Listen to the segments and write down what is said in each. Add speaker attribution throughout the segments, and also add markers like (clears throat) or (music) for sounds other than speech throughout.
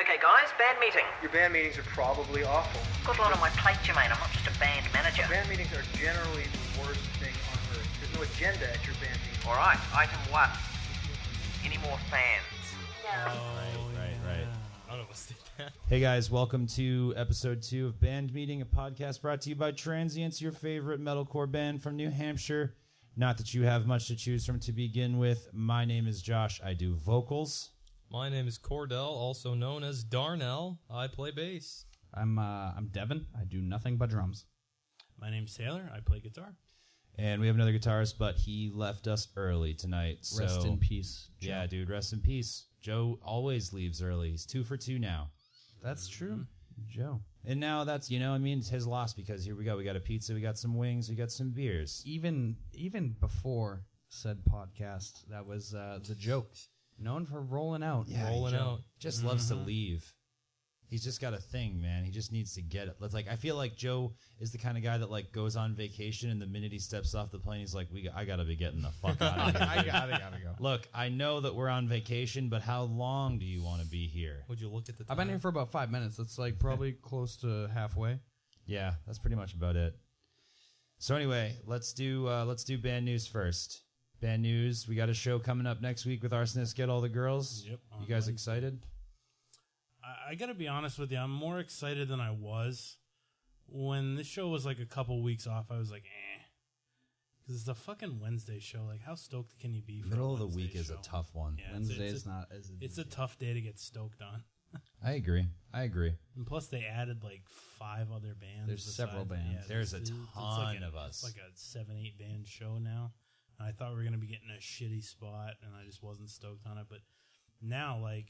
Speaker 1: Okay, guys, band meeting.
Speaker 2: Your band meetings are probably awful.
Speaker 1: Got a lot on my plate, Jermaine. I'm not just a band manager.
Speaker 2: Band meetings are generally the worst thing on earth. There's no agenda at your band meeting.
Speaker 3: All right, item one. Any more fans?
Speaker 4: Right, right.
Speaker 5: I don't want to that.
Speaker 4: Hey guys, welcome to episode two of Band Meeting, a podcast brought to you by Transients, your favorite metalcore band from New Hampshire. Not that you have much to choose from to begin with. My name is Josh. I do vocals.
Speaker 5: My name is Cordell, also known as Darnell. I play bass.
Speaker 6: I'm uh, I'm Devin. I do nothing but drums.
Speaker 7: My name's Taylor. I play guitar.
Speaker 4: And we have another guitarist, but he left us early tonight. So
Speaker 6: Rest in peace.
Speaker 4: Yeah, dude, rest in peace. Joe always leaves early. He's two for two now.
Speaker 6: That's true. Joe.
Speaker 4: And now that's you know, I mean, it's his loss because here we go. We got a pizza, we got some wings, we got some beers.
Speaker 6: Even even before said podcast, that was uh, the joke. Known for rolling out. (laughs)
Speaker 5: Rolling
Speaker 4: Joe
Speaker 5: out.
Speaker 4: Just loves to leave. He's just got a thing, man. He just needs to get it. That's like I feel like Joe is the kind of guy that like goes on vacation and the minute he steps off the plane, he's like, "We, I gotta be getting the fuck out of here."
Speaker 6: (laughs) I gotta gotta go.
Speaker 4: Look, I know that we're on vacation, but how long do you want to be here?
Speaker 5: Would you look at the time?
Speaker 6: I've been here for about five minutes. That's like probably close to halfway.
Speaker 4: Yeah, that's pretty much about it. So anyway, let's do uh, let's do band news first. Band news. We got a show coming up next week with Arsonist. Get all the girls.
Speaker 7: Yep, on
Speaker 4: You guys excited?
Speaker 7: I, I got to be honest with you. I'm more excited than I was when this show was like a couple weeks off. I was like, eh, because it's a fucking Wednesday show. Like, how stoked can you be? For a
Speaker 4: Middle of the
Speaker 7: Wednesday
Speaker 4: week is a
Speaker 7: show?
Speaker 4: tough one.
Speaker 7: Yeah, it's-
Speaker 6: Wednesday
Speaker 7: it's,
Speaker 6: is
Speaker 7: a,
Speaker 6: not as
Speaker 7: It's a tough day to get stoked on.
Speaker 4: I agree. I agree.
Speaker 7: And plus, they added like five other bands.
Speaker 6: There's
Speaker 7: besides-
Speaker 6: several bands.
Speaker 4: There's a
Speaker 7: it's- it's
Speaker 4: ton
Speaker 7: like a-
Speaker 4: of
Speaker 7: It's
Speaker 4: us.
Speaker 7: like a seven, eight band show now. And I thought we were gonna be getting a shitty spot, and I just wasn't stoked on it. But now, like,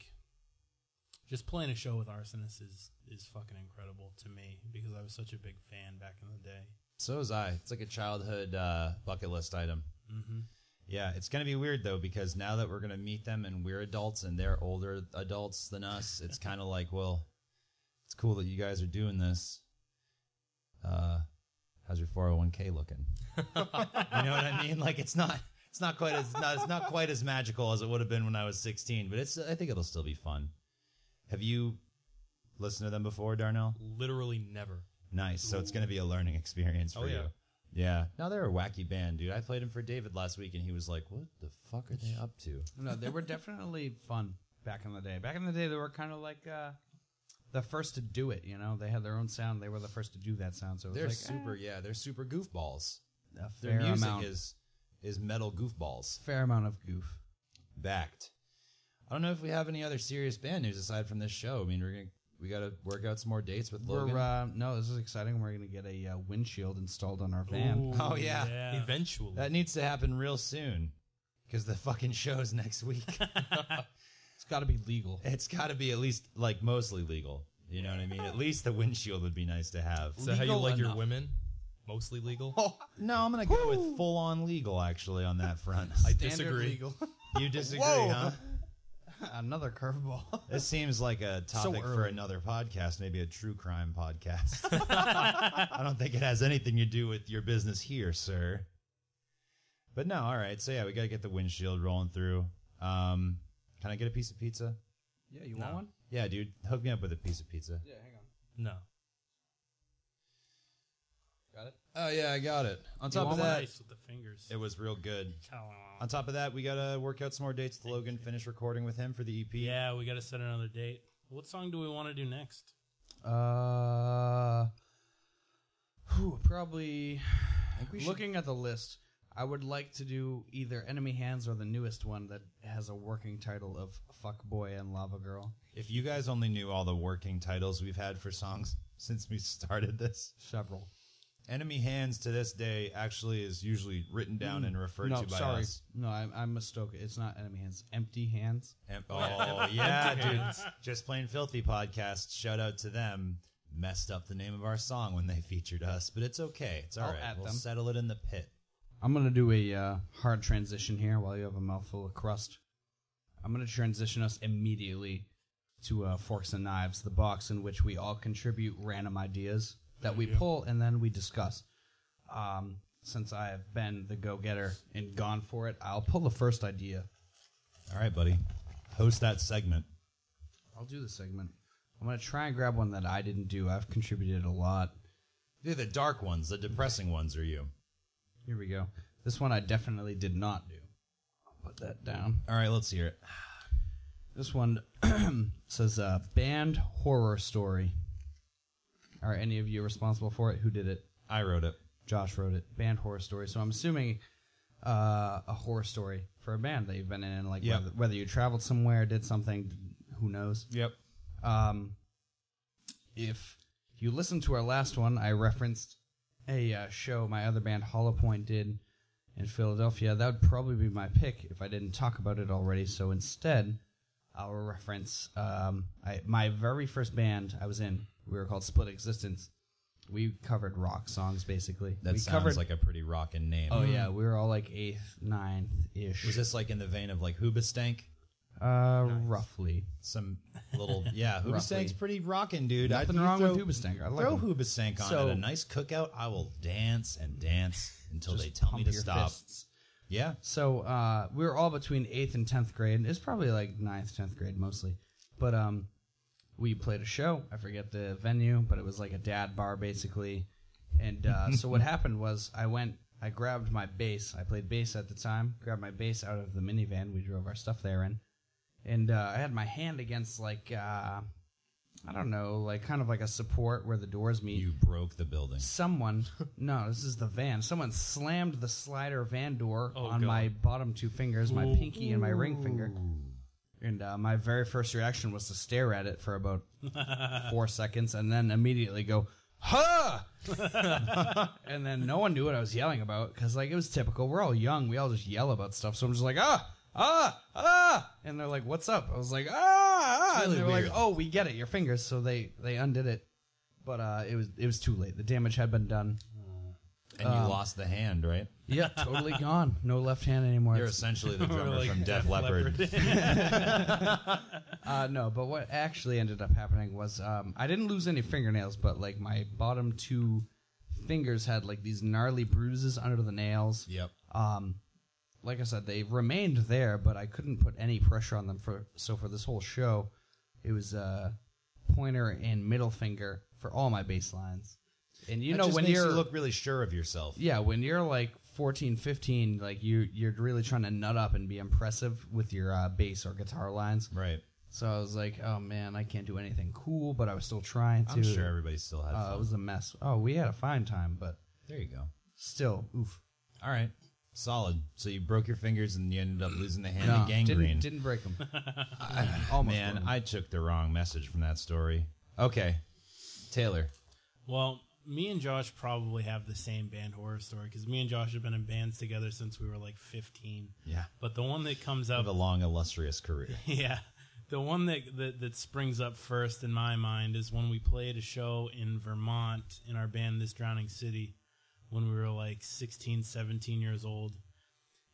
Speaker 7: just playing a show with Arsonist is is fucking incredible to me because I was such a big fan back in the day.
Speaker 4: So was I. It's like a childhood uh, bucket list item.
Speaker 7: Mhm.
Speaker 4: Yeah, it's gonna be weird though because now that we're gonna meet them and we're adults and they're older adults than us, it's kind of like, well, it's cool that you guys are doing this. Uh, how's your four hundred one k looking? you know what I mean? Like it's not, it's not quite as not, it's not quite as magical as it would have been when I was sixteen. But it's, I think it'll still be fun. Have you listened to them before, Darnell?
Speaker 5: Literally never.
Speaker 4: Nice. So it's going to be a learning experience for
Speaker 5: Oh,
Speaker 4: you.
Speaker 5: yeah.
Speaker 4: Yeah. No, they're a wacky band, dude. I played them for David last week, and he was like, "What the fuck are they up to?"
Speaker 6: No, they were definitely fun back in the day. Back in the day, they were kind of like uh, the first to do it. You know, they had their own sound. They were the first to do that sound. So it was
Speaker 4: They're
Speaker 6: like
Speaker 4: super. Yeah, they're super goofballs.
Speaker 6: eh, a
Speaker 4: Their
Speaker 6: fair
Speaker 4: music
Speaker 6: amount,
Speaker 4: is is metal goofballs
Speaker 6: fair amount of goof.
Speaker 4: backed. I don't know if we have any other serious band news aside from this show. I mean, we're gonna we got to work out some more dates with Logan.
Speaker 6: We're uh, no, this is exciting. We're gonna get a uh, windshield installed on our van.
Speaker 4: Oh, yeah.
Speaker 5: Eventually.
Speaker 4: that needs to happen real soon because the fucking show's next week.
Speaker 6: It's got to be legal.
Speaker 4: it's got to be at least like mostly legal. You know what I mean? At least the windshield would be nice to have.
Speaker 5: is that how you
Speaker 6: legal
Speaker 5: like your
Speaker 6: enough.
Speaker 5: women? Mostly legal?
Speaker 4: No, I'm gonna go with full on legal actually on that (laughs) front.
Speaker 5: I
Speaker 6: Standard
Speaker 5: disagree.
Speaker 6: legal. (laughs)
Speaker 4: you disagree,
Speaker 6: Whoa.
Speaker 4: huh?
Speaker 6: Another curveball.
Speaker 4: (laughs) This seems like a topic for
Speaker 6: early.
Speaker 4: another podcast, maybe a true crime podcast. (laughs) I don't think it has anything to do with your business here, sir. But no, all right. So yeah, we gotta get the windshield rolling through. Um, can I get a piece of pizza?
Speaker 6: yeah, you want one?
Speaker 4: Yeah, dude, hook me up with a piece of pizza.
Speaker 6: Yeah, hang on.
Speaker 5: No.
Speaker 6: Got it.
Speaker 4: Oh yeah, I got it. On top of
Speaker 6: want
Speaker 4: that,
Speaker 7: Nice with the fingers.
Speaker 4: it was real good.
Speaker 7: Chow.
Speaker 4: On top of that, we gotta work out some more dates with Logan. Finish recording with him for the E EP.
Speaker 7: Yeah, we got to set another date. What song do we want to do next?
Speaker 6: Uh, whew, probably.
Speaker 4: think we should-
Speaker 6: Looking at the list, I would like to do either Enemy Hands or the newest one that has a working title of Fuck Boy and Lava Girl.
Speaker 4: If you guys only knew all the working titles we've had for songs (laughs) since we started this,
Speaker 6: Several.
Speaker 4: Enemy Hands to this day actually is usually written down and referred
Speaker 6: Mm. no,
Speaker 4: to by
Speaker 6: sorry.
Speaker 4: us.
Speaker 6: No, I, I mistook. it. It's not Enemy Hands. Empty Hands. (laughs)
Speaker 4: Em- oh, yeah, dude. Just Plain Filthy podcast. Shout out to them. Messed up the name of our song when they featured us, but it's okay. It's all
Speaker 6: I'll
Speaker 4: right.
Speaker 6: at
Speaker 4: we'll
Speaker 6: them.
Speaker 4: settle it in the pit.
Speaker 6: I'm gonna do a uh, hard transition here while you have a mouthful of crust. I'm gonna transition us immediately to uh, forks and knives, the box in which we all contribute random ideas that we pull and then we discuss. Um, since I have been the go-getter and gone for it, I'll pull the first idea.
Speaker 4: All right, buddy. Host that segment.
Speaker 6: I'll do the segment. I'm gonna try and grab one that I didn't do. I've contributed a lot.
Speaker 4: They're the dark ones, the depressing ones are you.
Speaker 6: Here we go. This one I definitely did not do. I'll put that down.
Speaker 4: All right, let's hear it.
Speaker 6: This one (clears throat) says uh, band horror story. Are any of you responsible for it? Who did it?
Speaker 4: I wrote it.
Speaker 6: Josh wrote it. Band horror story. So I'm assuming uh, a horror story for a band that you've been in, like
Speaker 4: Yeah.
Speaker 6: whether, whether you traveled somewhere, did something, who knows.
Speaker 4: Yep.
Speaker 6: Um, if you listened to our last one, I referenced a uh, show my other band Hollow Point did in Philadelphia. That would probably be my pick if I didn't talk about it already. So instead, I'll reference um, I, my very first band I was in. We were called Split Existence. We covered rock songs basically.
Speaker 4: That
Speaker 6: we
Speaker 4: sounds
Speaker 6: covered,
Speaker 4: like a pretty rockin' name.
Speaker 6: oh yeah, we were all like eighth, ninth ish.
Speaker 4: Was this like in the vein of like Hoobastank?
Speaker 6: uh, roughly?
Speaker 4: Some
Speaker 6: (laughs)
Speaker 4: little yeah, Hoobastank's
Speaker 6: Roughly.
Speaker 4: pretty rockin', dude.
Speaker 6: Nothing
Speaker 4: you
Speaker 6: wrong with
Speaker 4: throw-
Speaker 6: Hoobastank. I like
Speaker 4: throw
Speaker 6: him.
Speaker 4: Hoobastank on
Speaker 6: So-
Speaker 4: at a nice cookout. I will dance and dance until they
Speaker 6: Just
Speaker 4: tell me
Speaker 6: pump
Speaker 4: to
Speaker 6: your
Speaker 4: stop.
Speaker 6: fists.
Speaker 4: Yeah.
Speaker 6: So uh, we were all between eighth and tenth grade. It's probably like ninth, tenth grade mostly. But um, we played a show. I forget the venue, but it was like a dad bar basically. And uh, so what happened was I went, I grabbed my bass. I played bass at the time. Grabbed my bass out of the minivan. We drove our stuff there in, and uh, I had my hand against like uh, I don't know, like kind of like a support where the doors meet
Speaker 4: You broke the building.
Speaker 6: someone no this is the van someone slammed the slider van door
Speaker 5: Oh,
Speaker 6: on
Speaker 5: God.
Speaker 6: my bottom two fingers my pinky and my ring finger and uh, my very first reaction was to stare at it for about four seconds and then immediately go
Speaker 4: (laughs)
Speaker 6: huh and then no one knew what i was yelling about because like it was typical we're all young we all just yell about stuff so i'm just like ah ah ah and they're like what's up i was like ah, ah.
Speaker 4: It's really
Speaker 6: and they were
Speaker 4: weird.
Speaker 6: like oh we get it your fingers so they they undid it but uh, it was it was too late. The damage had been done.
Speaker 4: And
Speaker 6: Uh,
Speaker 4: you lost the hand, right?
Speaker 6: Yeah, totally gone. No left hand anymore.
Speaker 4: You're essentially
Speaker 6: (laughs)
Speaker 4: the drummer
Speaker 7: like
Speaker 4: (laughs) from Def Leppard.
Speaker 6: Uh, no, but what actually ended up happening was um, I didn't lose any fingernails, but like my bottom two fingers had like these gnarly bruises under the nails.
Speaker 4: Yep.
Speaker 6: Um, like I said, they remained there, but I couldn't put any pressure on them for so for this whole show, it was uh, pointer and middle finger for all my bass lines. And you
Speaker 4: That
Speaker 6: know
Speaker 4: just
Speaker 6: when
Speaker 4: makes
Speaker 6: you're
Speaker 4: you look really sure of yourself.
Speaker 6: yeah when you're like 14 15 like you you're really trying to nut up and be impressive with your uh, bass or guitar lines
Speaker 4: Right.
Speaker 6: so i was like oh man i can't do anything cool but i was still trying to
Speaker 4: I'm sure everybody still has.
Speaker 6: uh,
Speaker 4: fun.
Speaker 6: it was a mess oh we had a fine time but
Speaker 4: there you go.
Speaker 6: still oof
Speaker 4: All right. Solid. So you broke your fingers and you ended up losing the hand
Speaker 6: No,
Speaker 4: to gangrene.
Speaker 6: didn't, didn't break them almost
Speaker 4: Man,
Speaker 6: broke 'em.
Speaker 4: I took the wrong message from that story. Okay. Taylor.
Speaker 7: Well, me and Josh probably have the same band horror story because me and Josh have been in bands together since we were like 15.
Speaker 4: Yeah.
Speaker 7: But the one that comes
Speaker 4: Have
Speaker 7: up,
Speaker 4: a long illustrious career.
Speaker 7: (laughs) yeah, the one that, that that springs up first in my mind is when we played a show in Vermont in our band This Drowning City when we were like 16, 17 years old.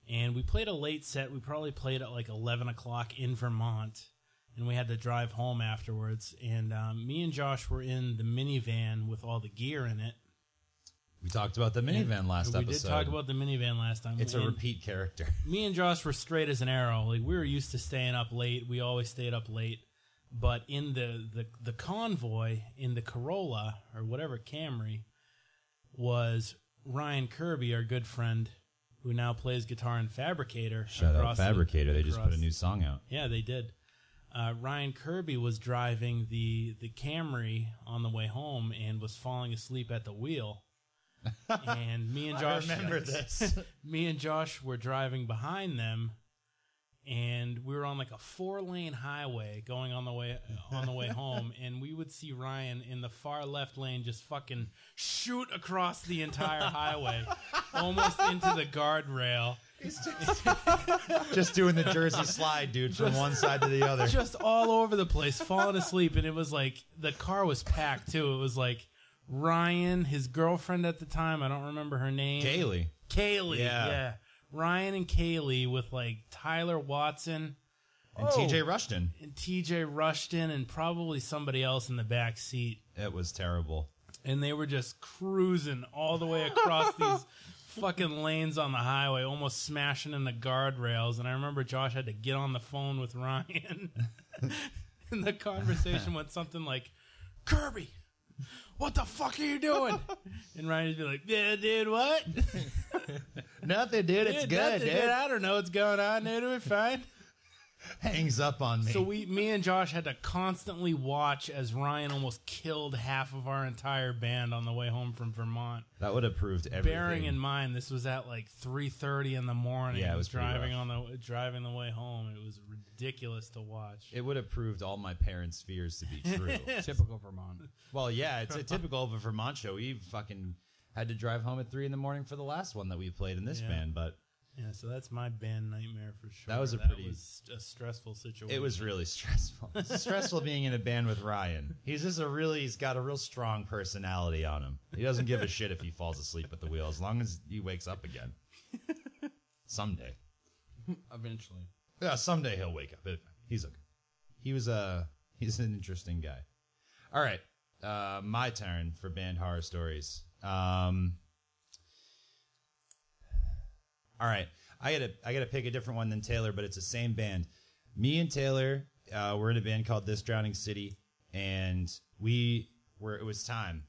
Speaker 7: And we played a late set. We probably played at like 11 o'clock in Vermont. And we had to drive home afterwards. And um, me and Josh were in the minivan with all the gear in it.
Speaker 4: We talked about the minivan last
Speaker 7: we
Speaker 4: episode.
Speaker 7: did talk about the minivan last time.
Speaker 4: it's a
Speaker 7: And (laughs)
Speaker 4: repeat character.
Speaker 7: Me and Josh were straight as an arrow. Like we were used to staying up late. We always stayed up late. But in the the, the convoy in the Corolla or whatever Camry was Ryan Kirby, our good friend, who now plays guitar in Fabricator.
Speaker 4: Shout out
Speaker 7: across the-
Speaker 4: Fabricator. They just put a
Speaker 7: across-
Speaker 4: new song out.
Speaker 7: yeah, they did. Uh, Ryan Kirby was driving the the Camry on the way home and was falling asleep at the wheel. and me and Josh
Speaker 4: this.
Speaker 7: me and Josh were driving behind them, and we were on like a four lane highway going on the way on the way home, and we would see Ryan in the far left lane just fucking shoot across the entire highway, almost into the guardrail.
Speaker 4: (laughs) just doing the
Speaker 7: (laughs)
Speaker 4: Jersey slide, dude, from one side to the other.
Speaker 7: just all over the place, falling asleep, and it was like the car was packed too. It was like Ryan, his girlfriend at the time, I don't remember her name.
Speaker 4: Kaylee.
Speaker 7: Kaylee,
Speaker 4: Yeah.
Speaker 7: yeah. Ryan and Kaylee with like Tyler Watson
Speaker 4: And
Speaker 7: Oh.
Speaker 4: TJ Rushton.
Speaker 7: and TJ Rushton and probably somebody else in the back seat.
Speaker 4: It was terrible.
Speaker 7: And they were just cruising all the way across
Speaker 4: (laughs)
Speaker 7: these fucking lanes on the highway, almost smashing into guardrails. And I remember Josh had to get on the phone with Ryan (laughs) and the conversation went something like, Kirby, what the fuck are you doing? and Ryan would be like, Yeah, dude, what?
Speaker 4: Nothing, dude. It's
Speaker 7: "Yeah, (laughs)
Speaker 4: good,
Speaker 7: nothing,
Speaker 4: dude.
Speaker 7: I don't know what's going on, dude. We're fine.
Speaker 4: Hangs up on me.
Speaker 7: So we, me and Josh, had to constantly watch as Ryan almost killed half of our entire band on the way home from Vermont.
Speaker 4: that would have proved everything.
Speaker 7: Bearing in mind, this was at like three thirty in the morning.
Speaker 4: Yeah, it was pretty
Speaker 7: driving
Speaker 4: rough.
Speaker 7: on the driving the way home. It was ridiculous to watch.
Speaker 4: it would have proved all my parents' fears to be true.
Speaker 6: Typical Vermont.
Speaker 4: well, yeah, it's a typical of a Vermont show. We fucking had to drive home at three in the morning for the last one that we played in this
Speaker 7: Yeah.
Speaker 4: band, but
Speaker 7: Yeah, so that's my band nightmare for sure.
Speaker 4: That was a pretty-
Speaker 7: was a stressful situation.
Speaker 4: it was really (laughs) stressful. It's stressful being in a band with Ryan. He's just a really he's got a real strong personality on him. He doesn't give a shit if he falls asleep at the wheel as long as he wakes up again. Someday.
Speaker 6: Eventually.
Speaker 4: Yeah, someday he'll wake up. It- He's okay. He was a he's an interesting guy. All right, uh, my turn for band horror stories. Um, all right, I gotta I gotta pick a different one than Taylor, but it's the same band. Me and Taylor uh, were in a band called This Drowning City, and we were it was time.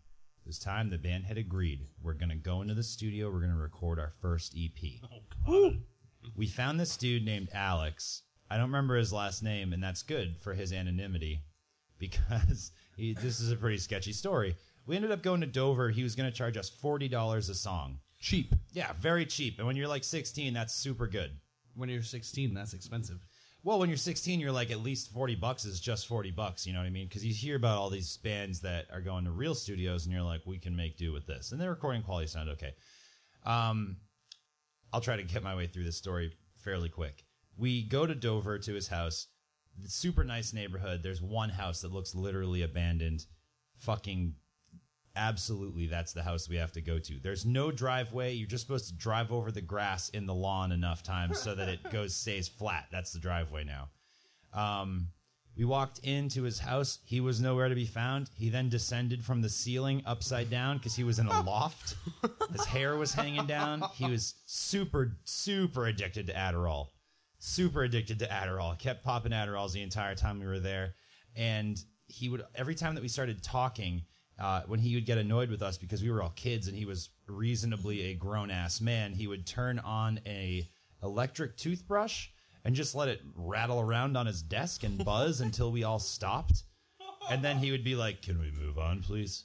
Speaker 4: It was time. The band had agreed we're gonna go into the studio. We're gonna record our first E EP we found this dude named Alex. I don't remember his last name, and that's good for his anonymity (laughs) because he, this is a pretty sketchy story. We ended up going to Dover. He was going to charge us $40 a song.
Speaker 6: Cheap.
Speaker 4: Yeah, very cheap. And when you're like 16, that's super good.
Speaker 6: When you're 16, that's expensive.
Speaker 4: Well, when you're 16, you're like at least 40 bucks is just 40 bucks. You know what I mean? Because you hear about all these bands that are going to real studios, and you're like, we can make do with this. And their recording quality sounded okay. Um, I'll try to get my way through this story fairly quick. We go to Dover to his house. The super nice neighborhood. There's one house that looks literally abandoned. Fucking absolutely that's the house we have to go to. There's no driveway. You're just supposed to drive over the grass in the lawn enough times so that it goes stays flat. That's the driveway now. Um, we walked into his house. He was nowhere to be found. He then descended from the ceiling upside down because he was in a loft. His hair was hanging down. He was super, super addicted to Adderall. Super addicted to Adderall. Kept popping Adderalls the entire time we were there. And he would, every time that we started talking, uh, when he would get annoyed with us because we were all kids and he was reasonably a grown ass man, he would turn on a electric toothbrush and just let it rattle around on his desk and buzz (laughs) until we all stopped. And then he would be like, "Can we move on, please?"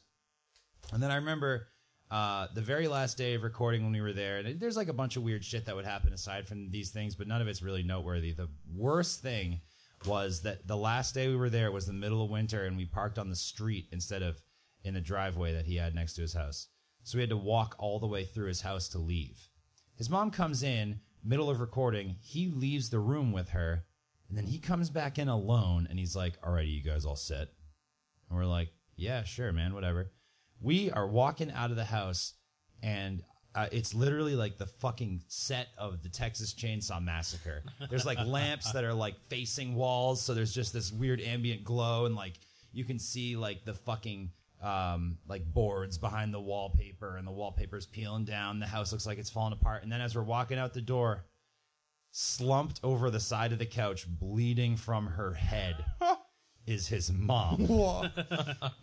Speaker 4: And then I remember uh, the very last day of recording when we were there, and there's like a bunch of weird shit that would happen aside from these things, but none of it's really noteworthy. The worst thing was that the last day we were there was the middle of winter, and we parked on the street instead of in the driveway that he had next to his house. So we had to walk all the way through his house to leave. His mom comes in, middle of recording, he leaves the room with her, and then he comes back in alone and he's like, All right, are you guys all set? And we're like, Yeah, sure, man, whatever. We are walking out of the house and uh, it's literally like the fucking set of the Texas Chainsaw Massacre. There's like lamps that are like facing walls, so there's just this weird ambient glow, and like you can see like the fucking um, like boards behind the wallpaper, and the wallpaper's peeling down. The house looks like it's falling apart, and then as we're walking out the door, slumped over the side of the couch, bleeding from her head, is his mom.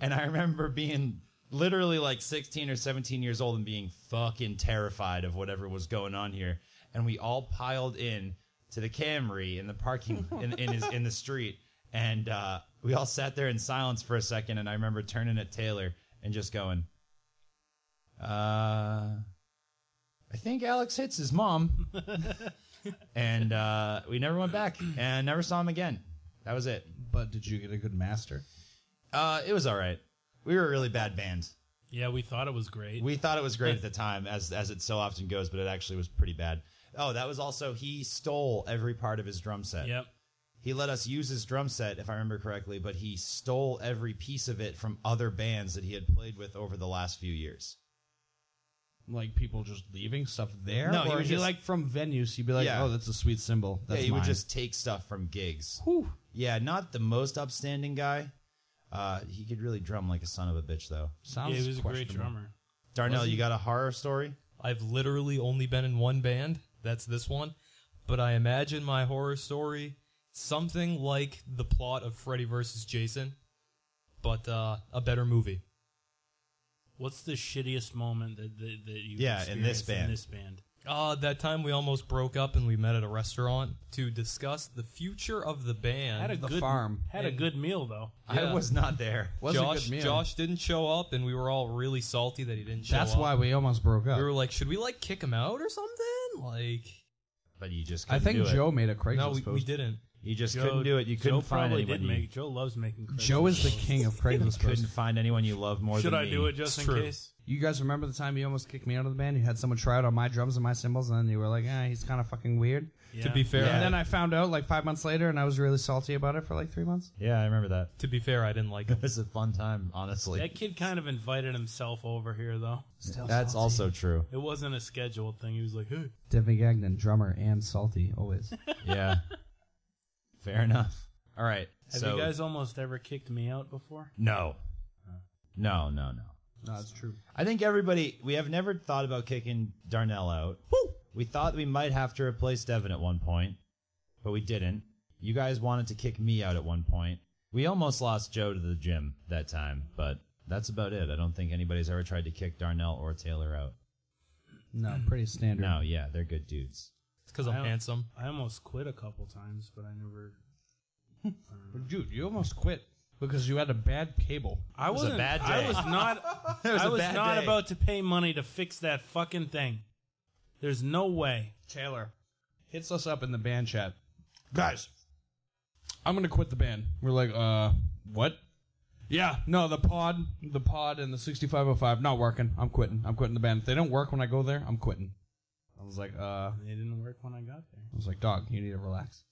Speaker 4: And I remember being literally like 16 or 17 years old and being fucking terrified of whatever was going on here. And we all piled in to the Camry in the parking in, in his in the street, and uh, we all sat there in silence for a second. And I remember turning at Taylor and just going, "Uh, I think Alex hits his mom." and uh, we never went back and never saw him again. That was it.
Speaker 6: But did you get a good master?
Speaker 4: Uh, it was all right. We were a really bad band.
Speaker 7: yeah, we thought it was great.
Speaker 4: We thought it was great at the time, as as it so often goes, but it actually was pretty bad. Oh, that was also he stole every part of his drum set.
Speaker 7: yep.
Speaker 4: He let us use his drum set, if I remember correctly, but he stole every piece of it from other bands that he had played with over the last few years.
Speaker 6: Like people just leaving stuff there?
Speaker 4: No, he
Speaker 6: or
Speaker 4: would
Speaker 6: he
Speaker 4: just-
Speaker 6: like from venues. He'd be like,
Speaker 4: Yeah.
Speaker 6: "Oh, that's a sweet symbol." That's
Speaker 4: yeah, he would
Speaker 6: mine."
Speaker 4: just take stuff from gigs.
Speaker 6: Whew.
Speaker 4: Yeah, not the most upstanding guy. Uh, he could really drum like a son of a bitch, though.
Speaker 6: Sounds
Speaker 7: Yeah, he was a great
Speaker 6: questionable.
Speaker 7: drummer.
Speaker 4: Darnell, you got a horror story?
Speaker 5: I've literally only been in one band. That's this one. But I imagine my horror story something like the plot of Freddy vs. Jason, but uh, a better movie.
Speaker 7: What's the shittiest moment that that, that you
Speaker 4: Yeah, in this band.
Speaker 7: in this band?
Speaker 5: Uh, that time we almost broke up and we met at a restaurant to discuss the future of the band.
Speaker 7: Had a
Speaker 6: The
Speaker 7: good
Speaker 6: farm.
Speaker 7: Had a
Speaker 5: And-
Speaker 7: good meal though.
Speaker 5: Yeah.
Speaker 4: I was not there.
Speaker 6: Was a
Speaker 5: Josh,
Speaker 6: good meal.
Speaker 5: Josh didn't show up, and we were all really salty that he didn't show
Speaker 6: That's
Speaker 5: up.
Speaker 6: why we almost broke up.
Speaker 5: we were like, should we like kick him out or something? Like,
Speaker 4: But you just
Speaker 6: I
Speaker 4: couldn't
Speaker 6: think
Speaker 4: do
Speaker 6: Joe
Speaker 4: it.
Speaker 6: made a Craigslist
Speaker 5: no, we,
Speaker 6: post.
Speaker 5: we didn't.
Speaker 4: You just couldn't do it. You couldn't
Speaker 7: Joe
Speaker 4: find
Speaker 7: probably
Speaker 4: anyone.
Speaker 7: Did
Speaker 4: you-
Speaker 7: make, Joe loves making. Christmas
Speaker 6: Joe is the
Speaker 7: rolls.
Speaker 6: king of
Speaker 4: You
Speaker 6: Craigslist
Speaker 4: couldn't
Speaker 6: posts.
Speaker 4: find anyone you love more
Speaker 7: Should
Speaker 4: than
Speaker 7: I
Speaker 4: me.
Speaker 7: do it just
Speaker 5: It's
Speaker 7: in
Speaker 5: true.
Speaker 7: case?
Speaker 6: You guys remember the time you almost kicked me out of the band? You had someone try out on my drums and my cymbals, and then you were like, "Ah, he's kind of fucking weird."
Speaker 5: To be fair,
Speaker 6: And then I found out like five months later, and I was really salty about it for like three months.
Speaker 4: Yeah, I remember that. (laughs)
Speaker 5: to be fair, I didn't like him.
Speaker 4: It was a fun time, honestly.
Speaker 7: that kid kind of invited himself over here though.
Speaker 4: That's also
Speaker 7: (laughs)
Speaker 4: true.
Speaker 7: It wasn't a scheduled thing. He was like, "Hey,
Speaker 6: Devin Gagnon, drummer and salty, always.
Speaker 4: Yeah. Fair enough. All right.
Speaker 7: have
Speaker 4: so
Speaker 7: you guys Uh. almost ever kicked me out before?"
Speaker 4: no, no, no, (laughs) no.
Speaker 6: no, it's true.
Speaker 4: I think everybody. We have never thought about kicking Darnell out. We thought we might have to replace Devin at one point, but we didn't. You guys wanted to kick me out at one point. We almost lost Joe to the gym that time, but that's about it. I don't think anybody's ever tried to kick Darnell or Taylor out.
Speaker 6: No, pretty standard.
Speaker 4: No, yeah, they're good dudes.
Speaker 5: It's because I'm
Speaker 7: I don't-
Speaker 5: handsome.
Speaker 6: (laughs)
Speaker 7: I almost quit a couple times, but I never.
Speaker 6: Dude, you almost quit because you had a bad cable.
Speaker 7: I
Speaker 4: was a
Speaker 7: wasn't-
Speaker 4: bad
Speaker 7: I (laughs)
Speaker 4: day.
Speaker 7: was not. I was not about to pay money to fix that fucking thing. There's no way.
Speaker 6: Taylor hits us up in the band chat. Guys, I'm gonna quit the band. We're like, uh, what? Yeah, no, the pod, the pod, and the 6505 not working. I'm quitting. I'm quitting the band. If they don't work when I go there, I'm quitting. I was like, uh,
Speaker 7: They didn't work when I got there.
Speaker 6: I was like, dog, you need to relax.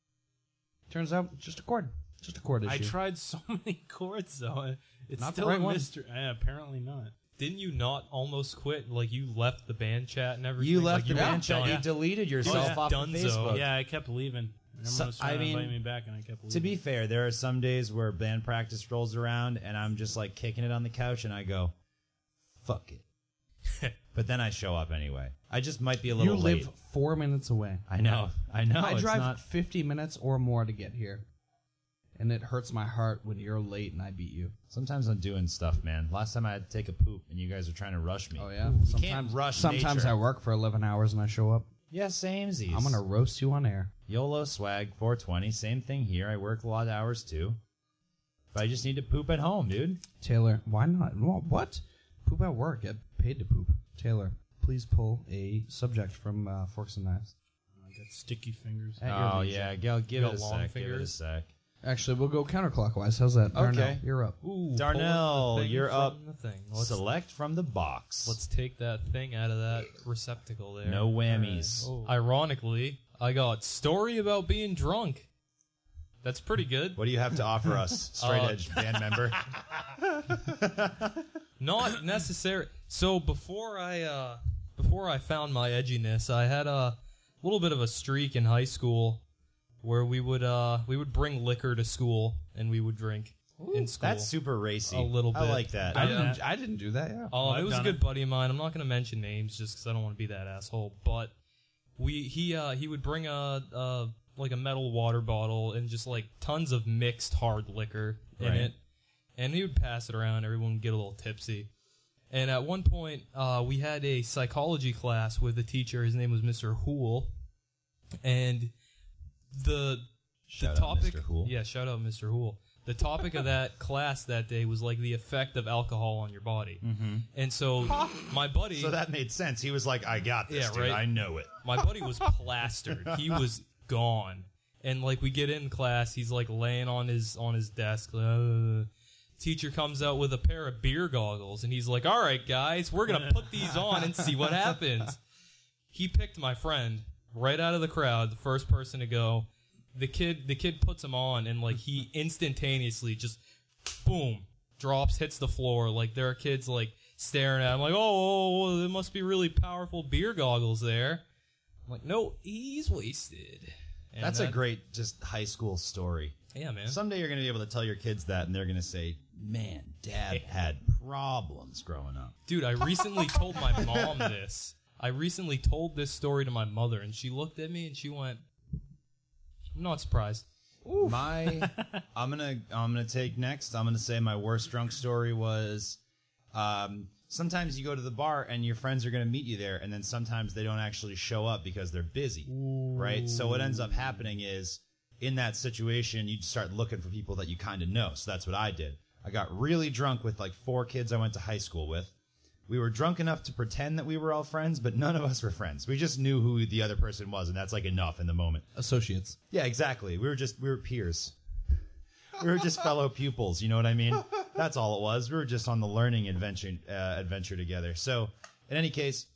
Speaker 6: Turns out, just a chord, just a chord issue.
Speaker 7: I tried so (laughs) many chords though. It- It's
Speaker 6: Not the
Speaker 7: still
Speaker 6: right
Speaker 7: a
Speaker 6: one.
Speaker 7: mystery. Eh, apparently not.
Speaker 5: Didn't you not almost quit? Like you left the band chat and everything.
Speaker 4: You
Speaker 5: Like,
Speaker 4: left the
Speaker 5: were
Speaker 4: band chat.
Speaker 5: done.
Speaker 4: You deleted
Speaker 5: You
Speaker 4: yourself
Speaker 5: was
Speaker 4: off of
Speaker 5: donezo.
Speaker 4: Facebook.
Speaker 7: Yeah, I kept leaving. Everyone
Speaker 4: So-
Speaker 7: was trying
Speaker 4: I
Speaker 7: to
Speaker 4: mean,
Speaker 7: invite me back, and I kept leaving.
Speaker 4: To be fair, there are some days where band practice rolls around and I'm just like kicking it on the couch and I go, fuck it.
Speaker 6: (laughs)
Speaker 4: but then I show up anyway. I just might be a
Speaker 6: You
Speaker 4: little late.
Speaker 6: live four minutes away.
Speaker 4: I know. I know.
Speaker 6: I
Speaker 4: it's
Speaker 6: drive
Speaker 4: not-
Speaker 6: 50 minutes or more to get here, and it hurts my heart when you're late and I beat you.
Speaker 4: Sometimes I'm doing stuff, man. Last time I had to take a poop and you guys are trying to rush me.
Speaker 6: Oh yeah.
Speaker 4: You can't rush
Speaker 6: Sometimes
Speaker 4: nature.
Speaker 6: I work for 11 hours and I show up.
Speaker 4: Yeah, samesies.
Speaker 6: I'm gonna roast you on air.
Speaker 4: YOLO swag 420. Same thing here. I work a lot of hours too. But I just need to poop at home, dude.
Speaker 6: Taylor, why not? Wha- What? Poop at work. Get paid to poop. Taylor, please pull a subject from uh, Forks and Knives.
Speaker 7: I got sticky fingers.
Speaker 6: At your
Speaker 4: oh
Speaker 6: leisure.
Speaker 4: yeah, Gil, give
Speaker 5: You
Speaker 4: it a
Speaker 5: got long
Speaker 4: sec. Give it a
Speaker 5: fingers?
Speaker 4: sec.
Speaker 6: Actually, we'll go counterclockwise. How's that? Darnell, you're up.
Speaker 5: Ooh,
Speaker 4: Darnell,
Speaker 5: pull the thing
Speaker 4: you're
Speaker 5: from
Speaker 4: up.
Speaker 5: The thing. Let's,
Speaker 4: Select from the box.
Speaker 5: let's take that thing out of that receptacle there.
Speaker 4: no whammies.
Speaker 5: Oh. Ironically, I got story about being drunk. That's pretty good.
Speaker 4: What do you have to offer us, straight
Speaker 5: Uh,
Speaker 4: edge band
Speaker 5: (laughs)
Speaker 4: member?
Speaker 5: Not necessary. So before I uh, before I found my edginess, I had a little bit of a streak in high school where we would uh, we would bring liquor to school and we would drink in school.
Speaker 4: That's super racy.
Speaker 5: A little
Speaker 4: I
Speaker 5: bit.
Speaker 4: like that.
Speaker 6: I,
Speaker 5: Yeah.
Speaker 6: didn't, I didn't do
Speaker 7: (laughs)
Speaker 6: that. Yeah.
Speaker 5: Oh,
Speaker 7: I've
Speaker 5: it was a
Speaker 7: done
Speaker 5: good
Speaker 7: it.
Speaker 5: buddy of mine. I'm not going to mention names just because I don't want to be that asshole. But we he uh, he would bring a, a like a metal water bottle and just like tons of mixed hard liquor in
Speaker 4: Right.
Speaker 5: it, and he would pass it around. Everyone would get a little tipsy. And at one point, uh, we had a psychology class with a teacher. His name was Mr. Hool, and the
Speaker 4: Shout out
Speaker 5: the topic.
Speaker 4: Mr. Hool.
Speaker 5: Yeah, shout out Mr. Hool. The topic of that (laughs) class that day was like the effect of alcohol on your body, mm-hmm. and so my buddy,
Speaker 4: so that made sense. He was like, "I got this,
Speaker 5: Yeah,
Speaker 4: dude.
Speaker 5: right.
Speaker 4: I know it."
Speaker 5: my buddy was plastered. He was gone, and like we get in class, he's like laying on his on his desk. uh, teacher comes out with a pair of beer goggles, and he's like, "All right, guys, we're gonna put these on and see what happens."
Speaker 4: (laughs)
Speaker 5: He picked my friend right out of the crowd, the first person to go. The kid, the kid puts them on, and
Speaker 4: (laughs)
Speaker 5: like he instantaneously just boom drops hits the floor like there are kids like staring at him like oh, oh, oh there must be really powerful beer goggles there i'm like no he's wasted And
Speaker 4: That's a
Speaker 5: that-
Speaker 4: great, just high school story.
Speaker 5: yeah man
Speaker 4: Someday you're going to be able to tell your kids that, and they're going to say, "Man, Dad had problems growing up."
Speaker 5: dude i recently told my mom this i recently told this story to my mother and she looked at me and she went i'm not surprised
Speaker 4: My, I'm gonna I'm gonna take next. I'm gonna say my worst drunk story was, um, sometimes you go to the bar and your friends are gonna meet you there, and then sometimes they don't actually show up because they're busy, right? So what ends up happening is in that situation you just start looking for people that you kind of know. So that's what I did. I got really drunk with like four kids I went to high school with. We were drunk enough to pretend that we were all friends, but none of us were friends. We just knew who the other person was, and that's like enough in the moment.
Speaker 6: Associates.
Speaker 4: Yeah, exactly. We were just we were peers. We were just fellow pupils. You know what I mean? That's all it was. We were just on the learning adventure uh, adventure together. So, in any case,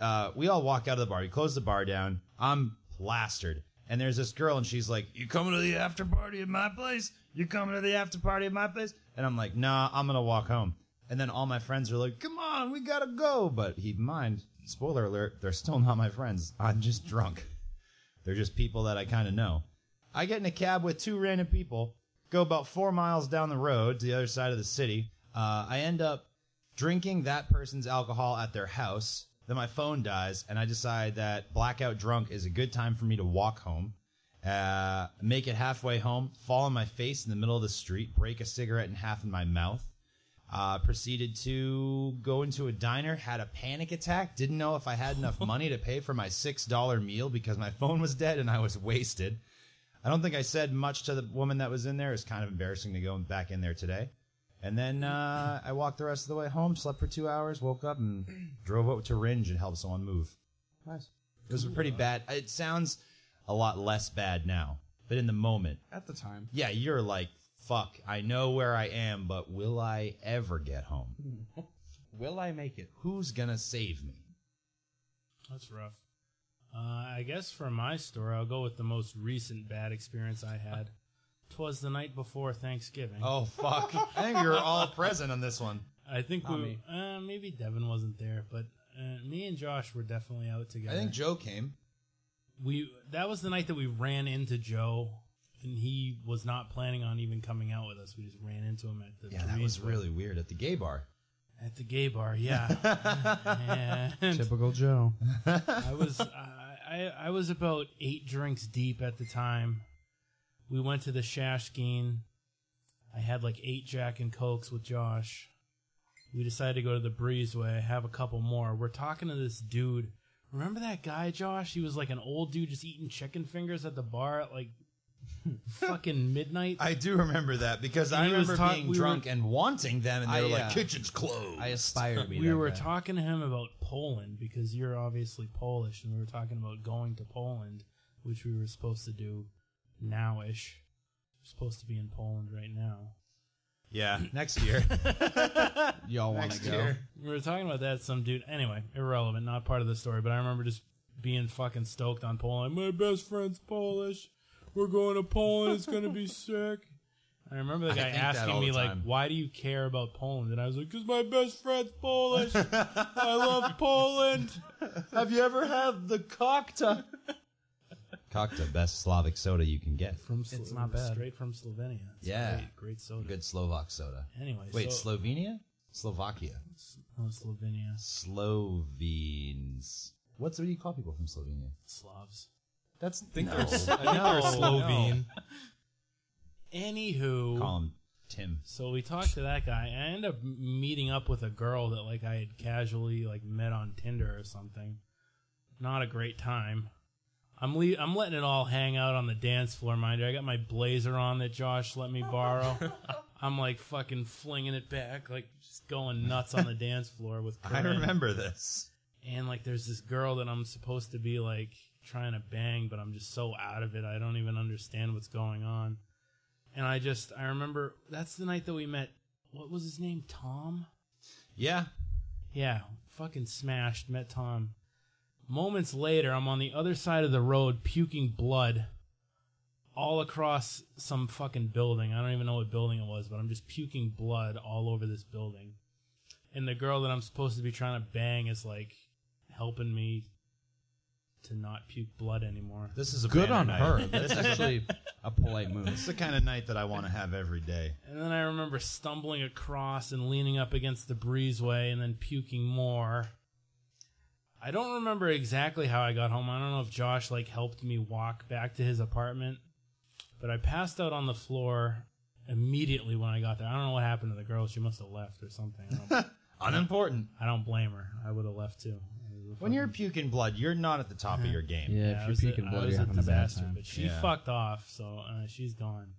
Speaker 4: uh, we all walk out of the bar. We close the bar down. I'm plastered, and there's this girl, and she's like, "You coming to the after party at my place? You coming to the after party at my place?" And I'm like, "Nah, I'm gonna walk home." And then all my friends are like, "Come on, we gotta go." But keep in mind, spoiler alert, they're still not my friends. I'm just drunk. They're just people that I kind of know. I get in a cab with two random people, go about four miles down the road to the other side of the city. Uh, I end up drinking that person's alcohol at their house. Then my phone dies, and I decide that blackout drunk is a good time for me to walk home. Uh, make it halfway home, fall on my face in the middle of the street, break a cigarette in half in my mouth. Uh, proceeded to go into a diner, had a panic attack, didn't know if I had enough money to pay for my $6 meal because my phone was dead and I was wasted. I don't think I said much to the woman that was in there. It's kind of embarrassing to go back in there today. And then uh, I walked the rest of the way home, slept for two hours, woke up, and drove out to Ringe and helped someone move. Nice. It was pretty bad. It sounds a lot less bad now, but in the moment,
Speaker 6: At the time.
Speaker 4: yeah, you're like, fuck, I know where I am, but will I ever get home?
Speaker 6: (laughs) Will I make it?
Speaker 4: Who's gonna save me?
Speaker 7: That's rough. Uh, I guess for my story, I'll go with the most recent bad experience I
Speaker 4: (laughs)
Speaker 7: had. Twas the night before Thanksgiving.
Speaker 4: Oh, fuck. I think we were all present on this one.
Speaker 7: I think
Speaker 6: Not
Speaker 7: we
Speaker 6: me.
Speaker 7: uh, maybe Devin wasn't there, but uh, me and Josh were definitely out
Speaker 4: I
Speaker 7: together.
Speaker 4: think Joe came.
Speaker 7: we that was the night that we ran into Joe, and he was not planning on even coming out with us. We just ran into him at the
Speaker 4: Yeah, that
Speaker 7: Breeze
Speaker 4: was
Speaker 7: Bar-
Speaker 4: really weird at the gay bar.
Speaker 7: at the gay bar. Yeah,
Speaker 4: (laughs)
Speaker 7: (laughs) And
Speaker 6: Typical Joe.
Speaker 7: I was I, I I was about eight drinks deep at the time. We went to the Shashkeen. I had like eight Jack and Cokes with Josh. We decided to go to the Breezeway, have a couple more. We're talking to this dude. Remember that guy, Josh? He was like an old dude just eating chicken fingers at the bar at like fucking midnight.
Speaker 4: I do remember that because I
Speaker 7: He was
Speaker 4: remember
Speaker 7: talk-
Speaker 4: being
Speaker 7: we were-
Speaker 4: drunk and wanting them, and they
Speaker 6: I,
Speaker 4: were like,
Speaker 6: uh,
Speaker 4: kitchen's closed.
Speaker 6: I aspire to be
Speaker 7: we
Speaker 6: that
Speaker 7: were
Speaker 6: guy.
Speaker 7: talking to him about Poland because you're obviously Polish, and we were talking about going to Poland, which we were supposed to do nowish. We're supposed to be in Poland right now.
Speaker 4: (laughs) yeah, next year.
Speaker 6: (laughs) Y'all want to
Speaker 4: next
Speaker 6: go?
Speaker 4: year.
Speaker 7: We were talking about that some dude. Anyway, irrelevant, not part of the story. But I remember just being fucking stoked on Poland. My best friend's Polish. We're going to Poland. It's gonna be (laughs) sick. I remember the
Speaker 4: I
Speaker 7: guy
Speaker 4: think that all
Speaker 7: asking me
Speaker 4: the
Speaker 7: like,
Speaker 4: time.
Speaker 7: "Why do you care about Poland?" And I was like, "Cause my best friend's Polish. I
Speaker 4: (laughs)
Speaker 7: love Poland."
Speaker 4: Have you ever had the cockta? Cockta, best Slavic soda you can get.
Speaker 7: from Slo-
Speaker 6: not bad.
Speaker 7: straight from Slovenia. It's
Speaker 4: Yeah.
Speaker 7: great, great soda.
Speaker 4: Good Slovak soda.
Speaker 7: Anyway,
Speaker 4: Wait,
Speaker 7: so,
Speaker 4: Slovenia? Slovakia.
Speaker 7: oh, Slovenia,
Speaker 4: Slovenes. What's what do you call people from Slovenia?
Speaker 7: Slavs.
Speaker 4: That's
Speaker 5: think
Speaker 4: no.
Speaker 5: they're s- I think
Speaker 4: No,
Speaker 5: they're Slovene.
Speaker 4: Oh. no.
Speaker 7: Anywho,
Speaker 4: Call him Tim.
Speaker 7: so we talked to that guy. and I ended up meeting up with a girl that like I had casually like met on Tinder or something. Not a great time. I'm le- I'm letting it all hang out on the dance floor, mind you. I got my blazer on that Josh let me borrow.
Speaker 4: (laughs)
Speaker 7: I'm like fucking flinging it back, like just going nuts on the dance floor with.
Speaker 4: I
Speaker 7: Corinne.
Speaker 4: remember this.
Speaker 7: and like there's this girl that I'm supposed to be like trying to bang, but I'm just so out of it. I don't even understand what's going on. And I just I remember that's the night that we met. What was his name? Tom.
Speaker 4: Yeah.
Speaker 7: Yeah, fucking smashed. Met Tom. Moments later, I'm on the other side of the road, puking blood all across some fucking building. I don't even know what building it was, but I'm just puking blood all over this building. And the girl that I'm supposed to be trying to bang is like helping me to not puke blood anymore.
Speaker 4: This is a
Speaker 6: Good
Speaker 4: banner
Speaker 6: on
Speaker 4: night.
Speaker 6: (laughs) her.
Speaker 4: This
Speaker 6: That's
Speaker 4: is
Speaker 6: actually a polite move.
Speaker 4: it's the kind of night that I want to have every day.
Speaker 7: And then I remember stumbling across and leaning up against the breezeway and then puking more. I don't remember exactly how I got home. I don't know if Josh like helped me walk back to his apartment, But I passed out on the floor immediately when I got there. I don't know what happened to the girl. She must have left or something. I don't, (laughs)
Speaker 4: Unimportant.
Speaker 7: I don't blame her. I would have left too. It was a
Speaker 4: When you're
Speaker 7: fucking-
Speaker 4: puking blood, you're not at the top of your game.
Speaker 6: Yeah,
Speaker 7: I
Speaker 6: if
Speaker 7: was
Speaker 6: you're
Speaker 7: a-
Speaker 6: puking
Speaker 7: I
Speaker 6: blood,
Speaker 7: was
Speaker 6: you're
Speaker 7: a
Speaker 6: having a bad
Speaker 7: disaster,
Speaker 6: time.
Speaker 7: But she
Speaker 4: Yeah.
Speaker 7: fucked off, so uh, she's gone.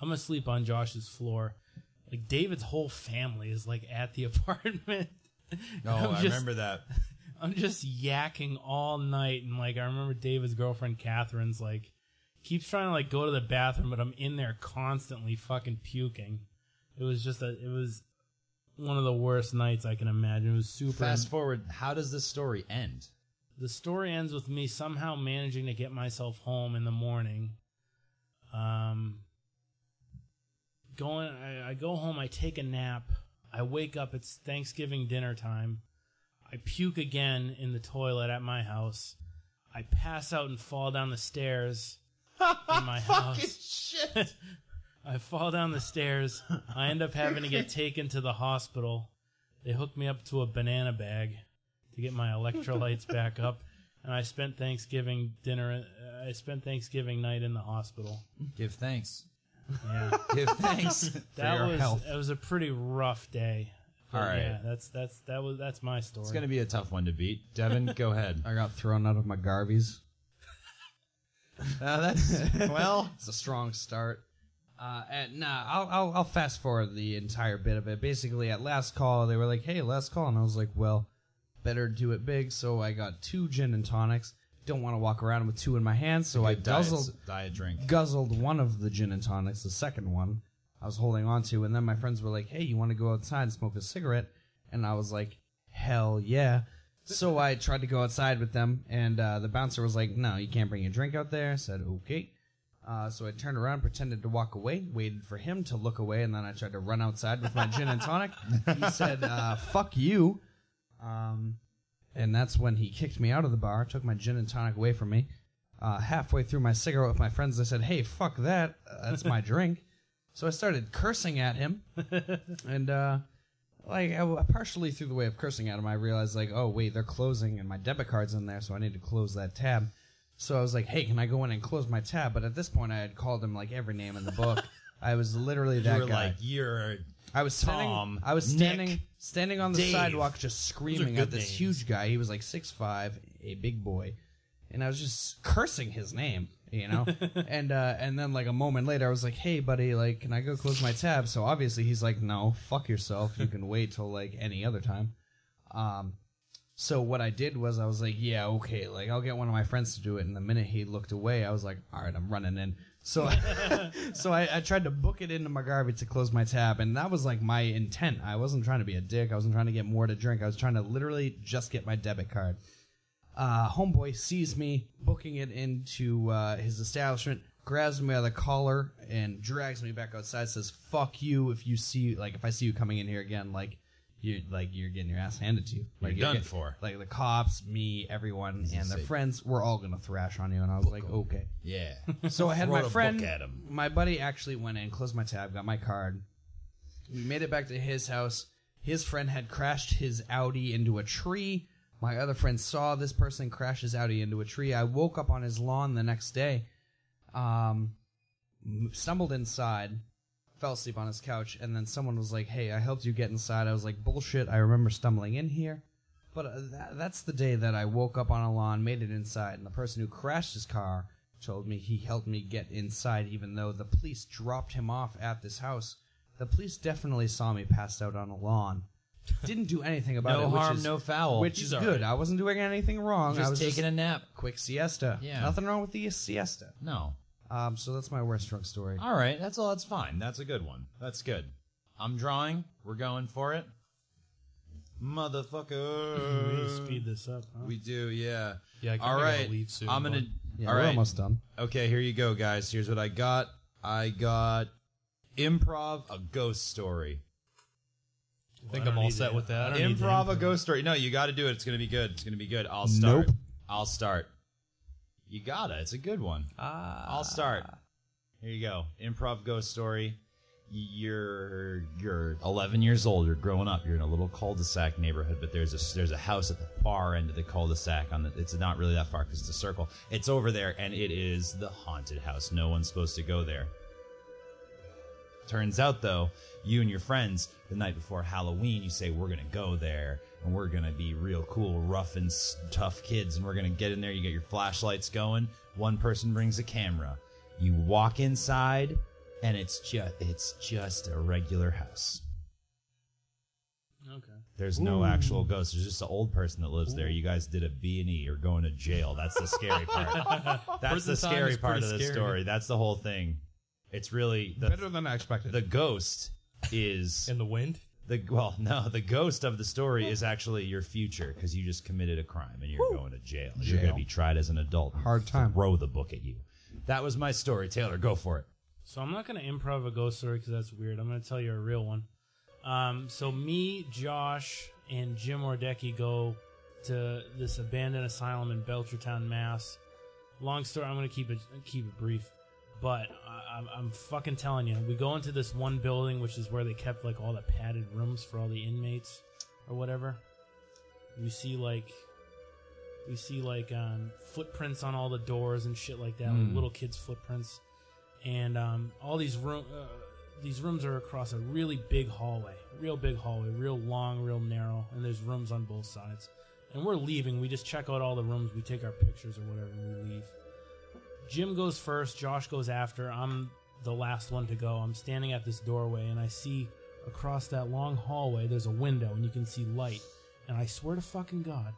Speaker 7: I'm gonna sleep on Josh's floor. Like David's whole family is like at the (laughs) apartment.
Speaker 4: No,
Speaker 7: (laughs) I'm
Speaker 4: I
Speaker 7: just-
Speaker 4: remember that.
Speaker 7: I'm just yakking all night, and like I remember David's girlfriend Catherine's like keeps trying to like go to the bathroom, but I'm in there constantly fucking puking. It was just a, it was one of the worst nights I can imagine. It was super.
Speaker 4: Fast forward, how does this story end?
Speaker 7: the story ends with me somehow managing to get myself home in the morning. Um, going, I, I go home, I take a nap, I wake up, it's Thanksgiving dinner time. I puke again in the toilet at my house. I pass out and fall down the stairs in my house.
Speaker 4: shit.
Speaker 7: (laughs) I fall down the stairs. I end up having to get taken to the hospital. They hook me up to a banana bag to get my electrolytes back up. And I spent Thanksgiving dinner. I spent Thanksgiving night in the hospital.
Speaker 4: Give thanks.
Speaker 5: (laughs)
Speaker 7: Yeah,
Speaker 4: Give thanks.
Speaker 7: that
Speaker 6: your
Speaker 7: was
Speaker 6: health.
Speaker 7: that was a pretty rough day. But
Speaker 4: All right.
Speaker 7: yeah, that's that's that was that's my story.
Speaker 4: It's going to be a tough one to beat. Devin, go ahead.
Speaker 6: I got thrown out of my Garveys.
Speaker 4: Uh, that's,
Speaker 6: (laughs)
Speaker 4: well,
Speaker 6: It's a strong start. Uh, and nah, I'll, I'll I'll fast forward the entire bit of it. Basically, at last call, they were like, "Hey, last call," and I was like, "Well, better do it big." So I got two gin and tonics. Don't want to walk around with two in my hand, so I guzzled
Speaker 4: diet, diet drink.
Speaker 6: guzzled one of the gin and tonics, the second one I was holding on to, and then my friends were like, "Hey, you want to go outside and smoke a cigarette?" And I was like, "Hell yeah!" So I tried to go outside with them, and uh, the bouncer was like, "No, you can't bring your drink out there." I said, "Okay." Uh, so I turned around, pretended to walk away, waited for him to look away, and then I tried to run outside with my gin and tonic. He said, uh, "Fuck you." Um, and that's when he kicked me out of the bar, took my gin and tonic away from me. Uh, halfway through my cigarette with my friends, I said, "Hey, fuck that! Uh,
Speaker 4: (laughs)
Speaker 6: that's my drink." So I started cursing at him, and uh, like I, w- partially through the way of cursing at him, I realized like, oh wait, they're closing, and my debit card's in there, so I need to close that tab. So I was like, "Hey, can I go in and close my tab?" But at this point, I had called him like every name in
Speaker 4: (laughs)
Speaker 6: the book. I was literally
Speaker 4: You
Speaker 6: that
Speaker 4: were
Speaker 6: guy.
Speaker 4: like, you're.
Speaker 6: I was standing.
Speaker 4: Tom,
Speaker 6: I was standing
Speaker 4: Nick,
Speaker 6: standing on the
Speaker 4: Dave.
Speaker 6: sidewalk, just screaming
Speaker 4: good
Speaker 6: at this
Speaker 4: names.
Speaker 6: huge guy. He was like six five, a big boy, and I was just cursing his name,
Speaker 4: (laughs)
Speaker 6: you know. and uh, and then like a moment later, I was like, "Hey, buddy, like, can I go close my tab?" So obviously, he's like, "No, fuck yourself. You can wait till like any other time." Um, so what I did was I was like, yeah, okay, like I'll get one of my friends to do it. And the minute he looked away, I was like, all right, I'm running in. So, (laughs) so I, I tried to book it into my garbage to close my tab, and that was like my intent. I wasn't trying to be a dick. I wasn't trying to get more to drink. I was trying to literally just get my debit card. Uh, homeboy sees me booking it into uh, his establishment, grabs me by the collar, and drags me back outside. Says, "Fuck you! If you see, like, if I see you coming in here again, like." You're like you're getting your ass handed to you. Like
Speaker 4: You're done
Speaker 6: get-
Speaker 4: for.
Speaker 6: like the cops, me, everyone, and their
Speaker 4: sick.
Speaker 6: friends were all gonna thrash on you. And I was like, okay.
Speaker 4: Yeah.
Speaker 6: (laughs) So I had
Speaker 4: Throw
Speaker 6: my
Speaker 4: the
Speaker 6: friend,
Speaker 4: book at 'em.
Speaker 6: my buddy, actually went in, closed my tab, got my card. We made it back to his house. His friend had crashed his Audi into a tree. My other friend saw this person crash his Audi into a tree. I woke up on his lawn the next day, um, m- stumbled inside, fell asleep on his couch, and then someone was like, "Hey, I helped you get inside." I was like, "Bullshit! I remember stumbling in here." But uh, that, that's the day that I woke up on a lawn, made it inside, and the person who crashed his car told me he helped me get inside, even though the police dropped him off at this house. The police definitely saw me passed out on
Speaker 4: (laughs)
Speaker 6: a lawn. Didn't do anything about
Speaker 4: No
Speaker 6: it. which
Speaker 4: harm,
Speaker 6: is-
Speaker 4: no foul.
Speaker 6: Which
Speaker 4: He's
Speaker 6: is
Speaker 4: all
Speaker 6: good.
Speaker 4: right.
Speaker 6: I wasn't doing anything wrong. I
Speaker 4: Just
Speaker 6: was
Speaker 4: taking
Speaker 6: just
Speaker 4: a nap.
Speaker 6: quick siesta.
Speaker 4: Yeah.
Speaker 6: Nothing wrong with the siesta.
Speaker 4: No.
Speaker 6: Um, so that's my worst drunk story.
Speaker 4: All right. That's all. That's fine. That's a good one. That's good. I'm drawing. We're going for it.
Speaker 7: We need
Speaker 4: Motherfucker.
Speaker 7: to speed this up. Huh?
Speaker 4: We do, yeah.
Speaker 5: Yeah, I
Speaker 4: all
Speaker 5: kinda gotta
Speaker 4: right.
Speaker 5: leave soon,
Speaker 4: I'm gonna.
Speaker 5: but-
Speaker 6: Yeah,
Speaker 4: all
Speaker 6: we're
Speaker 4: right.
Speaker 6: almost done.
Speaker 4: Okay, here you go, guys. Here's what I got. I got improv, a ghost story.
Speaker 5: I think I'm all set with that. I don't need to
Speaker 4: Improv, a
Speaker 5: improv.
Speaker 4: ghost story. No, you got to do it. It's gonna be good. It's gonna be good. I'll start.
Speaker 6: Nope.
Speaker 4: I'll start. You
Speaker 5: Ah.
Speaker 4: gotta. It's a good one. I'll start. Here you go. Improv ghost story. you're you're 11 years old. You're growing up. You're in a little cul-de-sac neighborhood, but there's a there's a house at the far end of the cul-de-sac. On the, it's not really that far because it's a circle. It's over there, and it is the haunted house. No one's supposed to go there. Turns out, though, you and your friends, the night before Halloween, you say, We're going to go there and we're going to be real cool, rough, and s- tough kids. And we're going to get in there. You get your flashlights going. One person brings a camera. You walk inside, and it's just, it's just a regular house.
Speaker 7: Okay.
Speaker 4: There's no actual ghost. There's just an old person that lives there. You guys did a B and E. You're going to jail. That's the scary
Speaker 5: (laughs)
Speaker 4: part. That's the
Speaker 5: Prison time
Speaker 4: scary
Speaker 5: is
Speaker 4: part
Speaker 5: pretty
Speaker 4: of the
Speaker 5: scary.
Speaker 4: story. That's the whole thing. It's really the,
Speaker 6: Better than I expected.
Speaker 4: the ghost
Speaker 6: (laughs)
Speaker 4: is
Speaker 5: In the wind?
Speaker 4: the well, (laughs) no, the ghost of the story is actually your future because you just committed a crime and you're going to jail. You're going
Speaker 6: Jail.
Speaker 4: to be tried as an adult. and
Speaker 6: Hard time.
Speaker 4: Throw the book at you. That was my story, Taylor. Go for it.
Speaker 7: So I'm not going to improv a ghost story because that's weird. I'm going to tell you a real one. Um, so me, Josh, and Jim Ordecki go to this abandoned asylum in Belchertown, Mass. Long story. I'm going to keep it keep it brief, but I, I'm, I'm fucking telling you, we go into this one building, which is where they kept like all the padded rooms for all the inmates or whatever. We see like we see like um, footprints on all the doors and shit like that, like little kids' footprints and um, all these room uh, these rooms are across a really big hallway, real big hallway, real long, real narrow, and there's rooms on both sides. And we're leaving. We just check out all the rooms. We take our pictures or whatever, and we leave. Jim goes first. Josh goes after. I'm the last one to go. I'm standing at this doorway, and I see across that long hallway there's a window, and you can see light. And I swear to fucking God,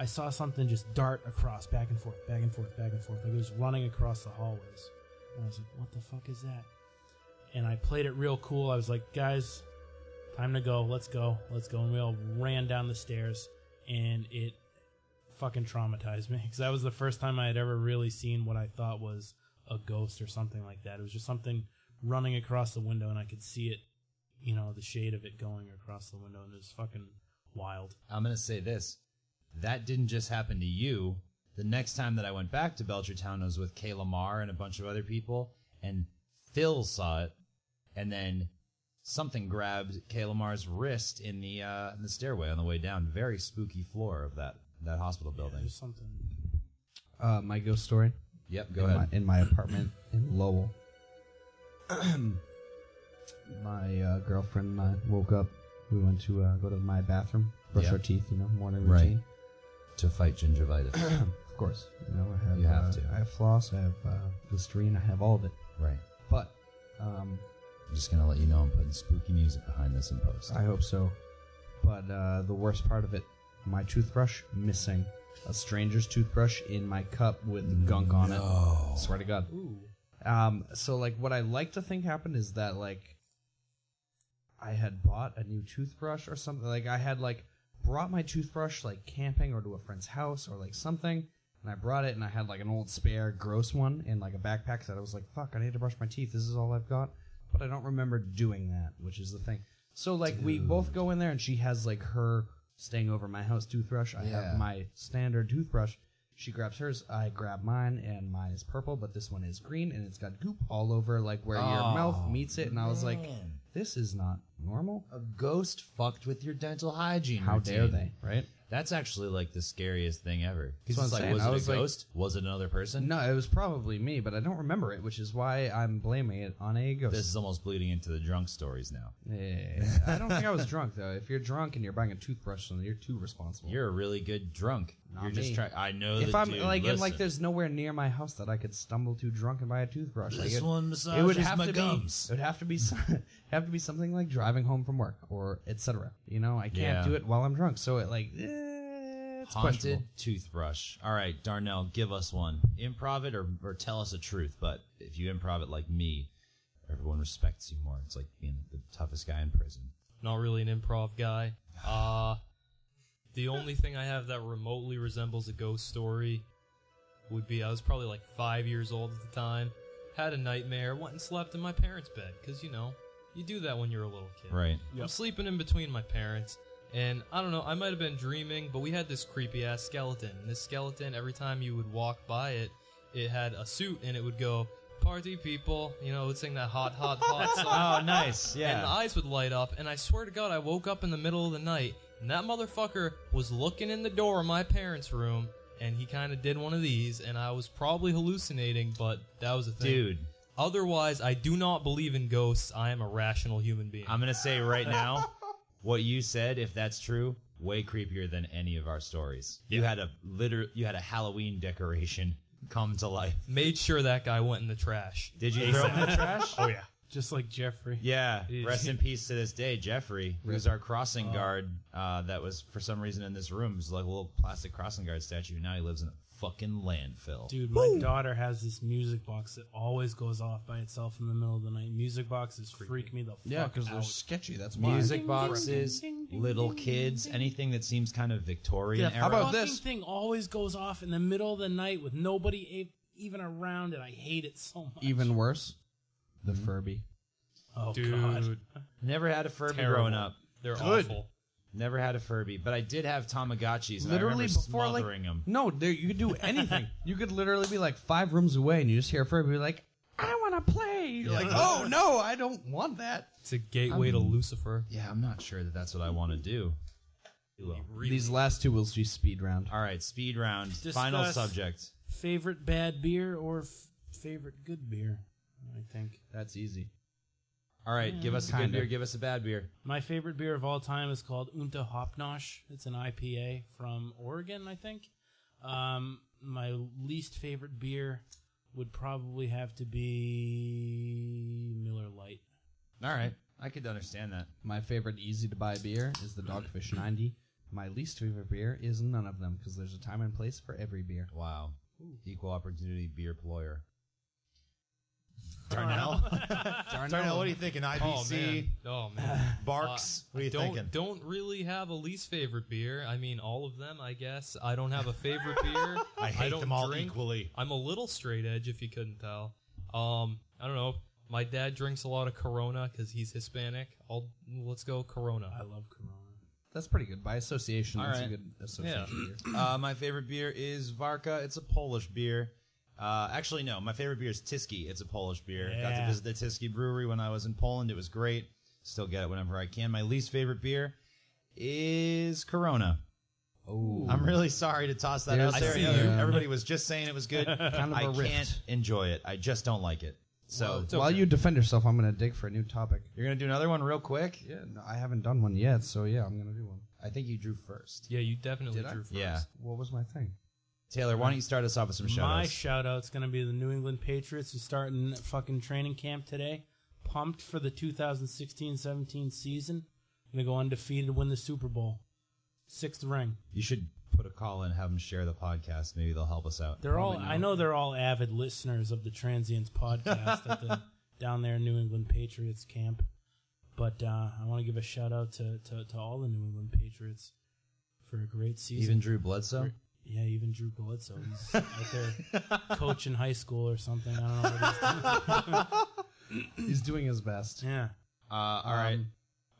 Speaker 7: I saw something just dart across, back and forth, back and forth, back and forth, like it was running across the hallways. And I was like, what the fuck is that? And I played it real cool. I was like, guys, time to go. Let's go. Let's go. And we all ran down the stairs and it fucking traumatized me (laughs) because that was the first time I had ever really seen what I thought was a ghost or something like that. It was just something running across the window and I could see it, you know, the shade of it going across the window and it was fucking wild.
Speaker 4: I'm going to say this. That didn't just happen to you. The next time that I went back to Belchertown I was with Kay Lamar and a bunch of other people, and Phil saw it, and then something grabbed Kay Lamar's wrist in the uh, in the stairway on the way down. Very spooky floor of that that hospital building.
Speaker 7: There's something.
Speaker 6: uh, my ghost story.
Speaker 4: Yep, go
Speaker 6: in
Speaker 4: ahead.
Speaker 6: My, in my apartment
Speaker 4: (clears throat)
Speaker 6: in Lowell. my uh, girlfriend and I woke up. We went to uh, go to my bathroom, brush
Speaker 4: Yeah.
Speaker 6: our teeth, you know, morning
Speaker 4: Right.
Speaker 6: routine.
Speaker 4: To fight
Speaker 6: (clears throat)
Speaker 4: gingivitis.
Speaker 6: Of course, you know, I have.
Speaker 4: You have
Speaker 6: uh,
Speaker 4: to.
Speaker 6: I have floss. I have uh, Listerine. I have all of it.
Speaker 4: right.
Speaker 6: But um,
Speaker 4: I'm just going to let you know I'm putting spooky music behind this in post.
Speaker 6: I hope so. But uh, the worst part of it, my toothbrush missing. A stranger's toothbrush in my cup with gunk on it. Swear to God.
Speaker 7: Ooh.
Speaker 6: Um, so like what I like to think happened is that like I had bought a new toothbrush or something. Like I had like brought my toothbrush like camping or to a friend's house or like something. And I brought it and I had like an old spare gross one in like a backpack that I was like, fuck, I need to brush my teeth. This is all I've got. But I don't remember doing that, which is the thing. So like we both go in there and she has like her staying over my house toothbrush. I
Speaker 4: Yeah.
Speaker 6: have my standard toothbrush. She grabs hers, I grab mine, and mine is purple, but this one is green and it's got goop all over like where your
Speaker 4: Oh,
Speaker 6: mouth meets it. And I was like, this is not normal.
Speaker 4: a ghost fucked with your dental hygiene.
Speaker 6: How dare
Speaker 4: routine.
Speaker 6: they, right?
Speaker 4: That's actually like the scariest thing ever. Because
Speaker 6: That's
Speaker 4: it's
Speaker 6: what
Speaker 4: like,
Speaker 6: I'm saying.
Speaker 4: was it
Speaker 6: I
Speaker 4: a
Speaker 6: was like-
Speaker 4: ghost? was it another person?
Speaker 6: No, it was probably me, but I don't remember it, which is why I'm blaming it on a ghost.
Speaker 4: This is almost bleeding into the drunk stories now.
Speaker 6: Yeah. (laughs) I don't think I was drunk though. If you're drunk and you're buying a toothbrush, then you're too responsible.
Speaker 4: You're a really good drunk.
Speaker 6: Not
Speaker 4: You're just
Speaker 6: me.
Speaker 4: trying. I know.
Speaker 6: if
Speaker 4: that,
Speaker 6: I'm
Speaker 4: dude,
Speaker 6: like, and like,
Speaker 4: listen.
Speaker 6: there's nowhere near my house that I could stumble to drunk and buy a toothbrush. Like,
Speaker 4: This
Speaker 6: it-
Speaker 4: one
Speaker 6: it would
Speaker 4: massages
Speaker 6: have
Speaker 4: my
Speaker 6: to
Speaker 4: gums.
Speaker 6: Be, (laughs) it would have to be so- have to be something like driving home from work or etc. You know, I can't
Speaker 4: Yeah.
Speaker 6: do it while I'm drunk. So it like eh,
Speaker 4: haunted
Speaker 6: it's questionable.
Speaker 4: toothbrush. All right, Darnell, give us one. Improv it or, or tell us the truth. But if you improv it like me, everyone respects you more. It's like being the toughest guy in prison.
Speaker 5: Not really an improv guy. Uh, the only thing I have that remotely resembles a ghost story would be I was probably like five years old at the time. Had a nightmare, went and slept in my parents' bed because you know you do that when you're a little
Speaker 6: (laughs)
Speaker 5: kid.
Speaker 4: Right.
Speaker 5: I'm sleeping in between my parents, and I don't know, I might have been dreaming, but we had this creepy ass skeleton. And this skeleton, every time you would walk by it, it had a suit and it would go party people. You know, would sing that hot, hot,
Speaker 4: (laughs)
Speaker 5: hot song.
Speaker 4: Oh, nice. Yeah.
Speaker 5: and the eyes would light up. And I swear to God, I woke up in the middle of the night, and that motherfucker was looking in the door of my parents' room, and he kind of did one of these, and I was probably hallucinating, but that was a thing.
Speaker 4: Dude,
Speaker 5: Otherwise, I do not believe in ghosts. I am a rational human being.
Speaker 4: I'm gonna say right now, what you said, if that's true, way creepier than any of our stories. You had a liter, you had a Halloween decoration come to life.
Speaker 5: Made sure that guy went in the trash.
Speaker 4: Did you throw it in the trash?
Speaker 7: Oh yeah, just like Jeffrey.
Speaker 4: Yeah. Rest
Speaker 6: (laughs)
Speaker 4: in peace to this day, Jeffrey, who's our crossing
Speaker 6: Oh.
Speaker 4: guard. Uh, that was for some reason in this room. It's like a little plastic crossing guard statue. Now he lives in a fucking landfill.
Speaker 7: Dude, my daughter has this music box that always goes off by itself in the middle of the night. Music boxes freak me the fuck
Speaker 6: Yeah, because
Speaker 7: out.
Speaker 6: they're sketchy. That's why.
Speaker 4: Music boxes, little kids, anything that seems kind of Victorian
Speaker 7: That
Speaker 4: era.
Speaker 6: how about
Speaker 7: fucking
Speaker 6: this?
Speaker 7: thing always goes off in the middle of the night with nobody a- even around, and I hate it so much.
Speaker 6: Even worse, the
Speaker 4: Mm-hmm.
Speaker 6: Furby.
Speaker 7: oh
Speaker 5: Dude,
Speaker 7: god,
Speaker 4: Never had a Furby
Speaker 5: Terrible.
Speaker 4: growing up.
Speaker 5: they're
Speaker 6: Good.
Speaker 5: awful.
Speaker 4: Never had a Furby, but I did have Tamagotchis. And I remember smothering them.
Speaker 6: no, there you could (laughs) do anything. you could literally be like five rooms away, and you just hear a Furby be like, "I want to play." You're like, "Oh no, I don't want that."
Speaker 5: It's a gateway
Speaker 6: Um,
Speaker 5: to Lucifer.
Speaker 4: Yeah, I'm not sure that that's what I want to do.
Speaker 6: These last two will be speed round.
Speaker 4: All right, speed round. Final
Speaker 7: Discuss.
Speaker 4: subject.
Speaker 7: favorite bad beer or f- favorite good beer? I think
Speaker 6: That's easy.
Speaker 4: All right, give us a good
Speaker 6: Kinda.
Speaker 4: beer. Give us a bad beer.
Speaker 7: my favorite beer of all time is called Unta Hopnosh. It's an IPA from Oregon, I think. Um, my least favorite beer would probably have to be Miller Lite.
Speaker 4: All right, I could understand that.
Speaker 6: My favorite easy to buy beer is the Dogfish 90. My least favorite beer is none of them because there's a time and place for every beer.
Speaker 4: Wow. Equal opportunity beer ployer. Darnell, Darnell, what are you thinking?
Speaker 5: Oh
Speaker 4: IBC,
Speaker 5: man.
Speaker 4: (laughs)
Speaker 5: Oh man.
Speaker 4: Barks. what are you
Speaker 5: don't
Speaker 4: thinking?
Speaker 5: don't really have a least favorite beer. I mean, all of them, I guess. I don't have a favorite beer.
Speaker 4: (laughs) I hate
Speaker 5: don't
Speaker 4: them all
Speaker 5: drink.
Speaker 4: equally.
Speaker 5: I'm a little straight edge, if you couldn't tell. Um, I don't know. My dad drinks a lot of Corona because he's Hispanic. I'll let's go Corona.
Speaker 7: I love Corona.
Speaker 6: That's pretty good. By association,
Speaker 4: All
Speaker 6: that's a
Speaker 4: right.
Speaker 6: good association
Speaker 4: (laughs)
Speaker 6: beer.
Speaker 4: Uh, my favorite beer is Varka. It's a Polish beer. Uh, actually, no. My favorite beer is Tiski. It's a Polish beer. Got to
Speaker 7: Yeah.
Speaker 4: visit the Tiski brewery when I was in Poland. It was great. Still get it whenever I can. My least favorite beer is Corona.
Speaker 6: Oh,
Speaker 4: I'm really sorry to toss that
Speaker 6: There's
Speaker 4: out
Speaker 6: I
Speaker 4: there.
Speaker 6: see you.
Speaker 4: Everybody was just saying it was good.
Speaker 6: of
Speaker 4: I
Speaker 6: a rift.
Speaker 4: can't enjoy it. I just don't like it. So
Speaker 6: While
Speaker 5: okay.
Speaker 6: you defend yourself, I'm going to dig for a new topic.
Speaker 4: you're gonna do another one real quick.
Speaker 6: Yeah, no, I haven't done one yet, so yeah, I'm going to do one.
Speaker 4: I think you drew first.
Speaker 5: yeah, you definitely
Speaker 6: Did I?
Speaker 5: drew first.
Speaker 4: Yeah,
Speaker 6: What was my thing?
Speaker 4: Taylor, why don't you start us off with some
Speaker 7: My
Speaker 4: shout-outs?
Speaker 7: shout out's going to be the New England Patriots who starting fucking training camp today. Pumped for the 2016-17 season. Going to go undefeated, win the Super Bowl. Sixth ring.
Speaker 4: you should put a call in, have them share the podcast. Maybe they'll help us out.
Speaker 7: They're all I know they're all avid listeners of the Transients podcast at the down there in New England Patriots camp. But uh, I want to give a shout out to, to, to all the New England Patriots for a great season.
Speaker 4: Even Drew Bledsoe.
Speaker 7: yeah, even Drew Bledsoe. He's out there coaching high school or something. I don't know what he's doing.
Speaker 6: He's doing his best.
Speaker 7: Yeah.
Speaker 4: Uh, all right.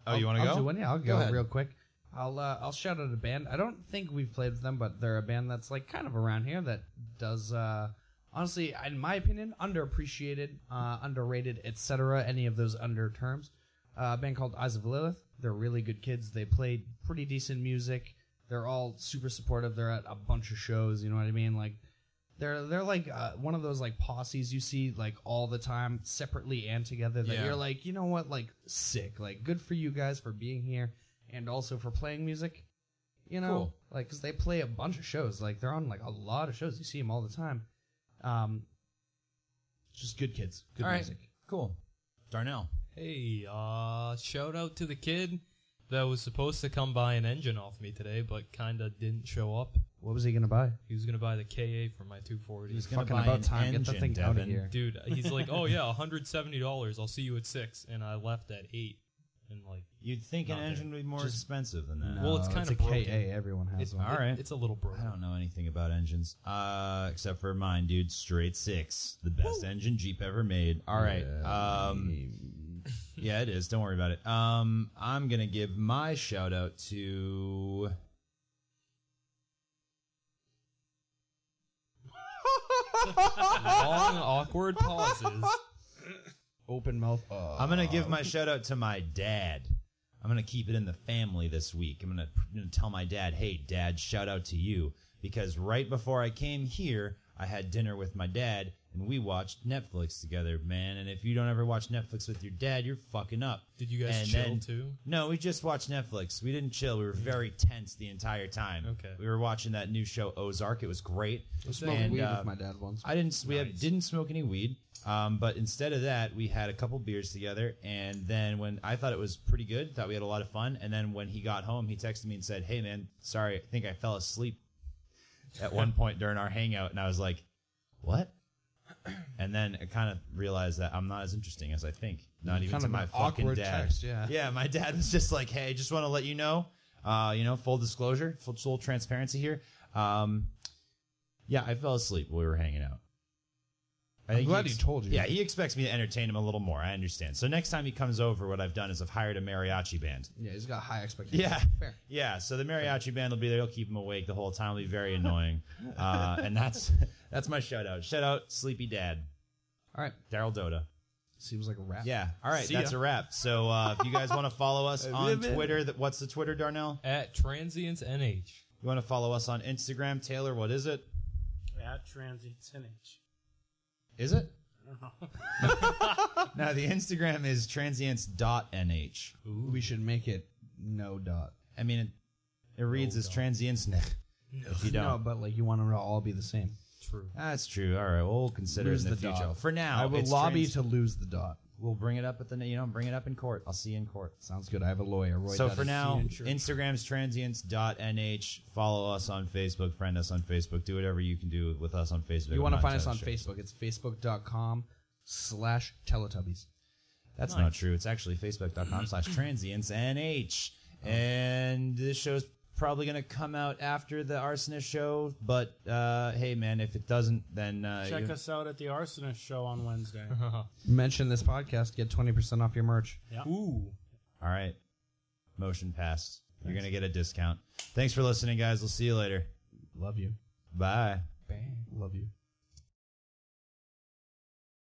Speaker 4: Oh, you want to
Speaker 6: Um, I'll
Speaker 4: go?
Speaker 6: do one? Yeah, I'll
Speaker 4: Go
Speaker 6: go,
Speaker 4: ahead.
Speaker 6: real quick. I'll uh, I'll shout out a band. I don't think we've played with them, but they're a band that's like kind of around here that does uh, honestly, in my opinion, underappreciated, uh, underrated, etc. Any of those under terms. Uh, a band called Eyes of Lilith. They're really good kids. They played pretty decent music. They're all super supportive. They're at a bunch of shows. You know what I mean? Like they're they're like uh, one of those like posses you see like all the time separately and together that
Speaker 4: Yeah.
Speaker 6: you're like you know what like sick like good for you guys for being here and also for playing music you know
Speaker 4: Cool.
Speaker 6: like because they play a bunch of shows like they're on like a lot of shows you see them all the time um just good kids good
Speaker 4: All right.
Speaker 6: music
Speaker 4: Cool. Darnell.
Speaker 5: Hey, uh, shout out to the kid that was supposed to come buy an engine off me today, but kinda didn't show up.
Speaker 6: what was he gonna buy
Speaker 5: He was gonna buy the KA for my 240.
Speaker 4: He's gonna
Speaker 6: fucking
Speaker 4: buy
Speaker 6: about
Speaker 4: an
Speaker 6: time get
Speaker 4: engine,
Speaker 6: the thing out
Speaker 4: Devin.
Speaker 6: of here
Speaker 5: dude he's like oh yeah $170 i'll see you at six and i left at eight and like
Speaker 4: You'd think an
Speaker 5: Not there.
Speaker 4: engine would be more expensive than that.
Speaker 5: Well, it's
Speaker 6: No,
Speaker 5: kinda
Speaker 6: Uh, a
Speaker 5: broken.
Speaker 6: ka everyone has
Speaker 5: it's,
Speaker 6: one
Speaker 4: All right.
Speaker 5: it's a little broken
Speaker 4: I don't know anything about engines, uh, except for mine, dude. Straight six, the best engine Jeep ever made. All right, um,
Speaker 6: (laughs)
Speaker 4: yeah, it is. Don't worry about it. Um, I'm gonna give my shout out to.
Speaker 5: long, awkward pauses.
Speaker 6: Open mouth. Uh,
Speaker 4: I'm gonna give my shout out to my dad. I'm gonna keep it in the family this week. I'm gonna, you know, tell my dad, "Hey, dad, shout out to you," because right before I came here, I had dinner with my dad and we watched Netflix together, man. And if you don't ever watch Netflix with your dad, you're fucking up.
Speaker 5: Did you guys
Speaker 4: And
Speaker 5: chill too? Mm.
Speaker 4: No, we just watched Netflix. We didn't chill. We were very tense the entire time.
Speaker 5: Okay.
Speaker 4: We were watching that new show Ozark. It was great.
Speaker 6: I smoked
Speaker 4: And,
Speaker 6: weed
Speaker 4: uh,
Speaker 6: with my dad once.
Speaker 4: I didn't. We had, didn't smoke any weed. Um, but instead of that, we had a couple beers together, and then when I thought it was pretty good, thought we had a lot of fun, and then when he got home, he texted me and said, "Hey man, sorry, I think I fell asleep at
Speaker 6: (laughs)
Speaker 4: one point during our hangout," and I was like, "What?" And then I kind of realized that I'm not as interesting as I think. Not even
Speaker 6: Kind
Speaker 4: to
Speaker 6: of
Speaker 4: my
Speaker 6: an
Speaker 4: fucking
Speaker 6: awkward
Speaker 4: dad.
Speaker 6: text, yeah.
Speaker 4: yeah, my dad was just like, "Hey, just want to let you know, uh, you know, full disclosure, full, full transparency here. Um, yeah, I fell asleep while we were hanging out. I
Speaker 6: I'm
Speaker 4: think
Speaker 6: glad he told you.
Speaker 4: Yeah, he expects me to entertain him a little more. I understand. So next time he comes over, what I've done is I've hired a mariachi band.
Speaker 6: yeah, he's got high
Speaker 4: (laughs)
Speaker 6: expectations.
Speaker 4: Yeah,
Speaker 6: Fair.
Speaker 4: yeah. So the mariachi band will be there. He'll keep him awake the whole time. It'll be
Speaker 6: (laughs)
Speaker 4: very annoying. uh, and that's (laughs) that's my shout out. Shout out, sleepy dad,
Speaker 6: All right.
Speaker 4: Daryl Dota.
Speaker 6: Seems like a wrap.
Speaker 4: Yeah. All right,
Speaker 5: See
Speaker 4: that's
Speaker 5: ya.
Speaker 4: a wrap. So uh, if you guys want to follow
Speaker 6: (laughs)
Speaker 4: us on Twitter, that what's the Twitter, Darnell?
Speaker 5: At Transients NH.
Speaker 4: You want to follow us on Instagram, Taylor? What is it?
Speaker 7: At Transit 10H.
Speaker 4: Is it?
Speaker 7: I don't know.
Speaker 4: (laughs) No, the Instagram is transients.nh.
Speaker 6: We should make it no dot.
Speaker 4: I mean, it, it reads as transients. Nah, (laughs) if you don't.
Speaker 6: No, but like you want them to all be the same.
Speaker 5: True.
Speaker 4: That's true. All right, we'll consider
Speaker 6: Lose
Speaker 4: it in the,
Speaker 6: the
Speaker 4: future.
Speaker 6: dot.
Speaker 4: For now,
Speaker 6: I will
Speaker 4: it's
Speaker 6: lobby
Speaker 4: trans-
Speaker 6: to lose the dot.
Speaker 4: We'll bring it up at the you know bring it up in court. I'll see you in court.
Speaker 6: Sounds good. I have a lawyer. Roy
Speaker 4: so
Speaker 6: Duddy.
Speaker 4: for now,
Speaker 7: insurance.
Speaker 4: Instagram's transients.nh. Follow us on Facebook. Friend us on Facebook. Do whatever you can do with us on Facebook.
Speaker 6: you
Speaker 4: I'm
Speaker 6: want to
Speaker 4: not
Speaker 6: find us on
Speaker 4: entirely sure.
Speaker 6: Facebook? It's facebook.com slash Teletubbies.
Speaker 4: That's not true. It's actually
Speaker 7: Mm.
Speaker 4: facebook.com slash transientsnh.
Speaker 7: Oh.
Speaker 4: And this show's probably going to come out after the arsonist show. But uh, hey, man, if it doesn't, then uh,
Speaker 7: Check
Speaker 4: you-
Speaker 7: us out at the Arsonist Show on Wednesday.
Speaker 6: Mention this podcast, get twenty percent off your merch.
Speaker 5: Ooh.
Speaker 4: All right. Motion passed. You're going to get a discount. Thanks for listening, guys. We'll see you later.
Speaker 6: Love you.
Speaker 4: Bye.
Speaker 6: Bang. Love you.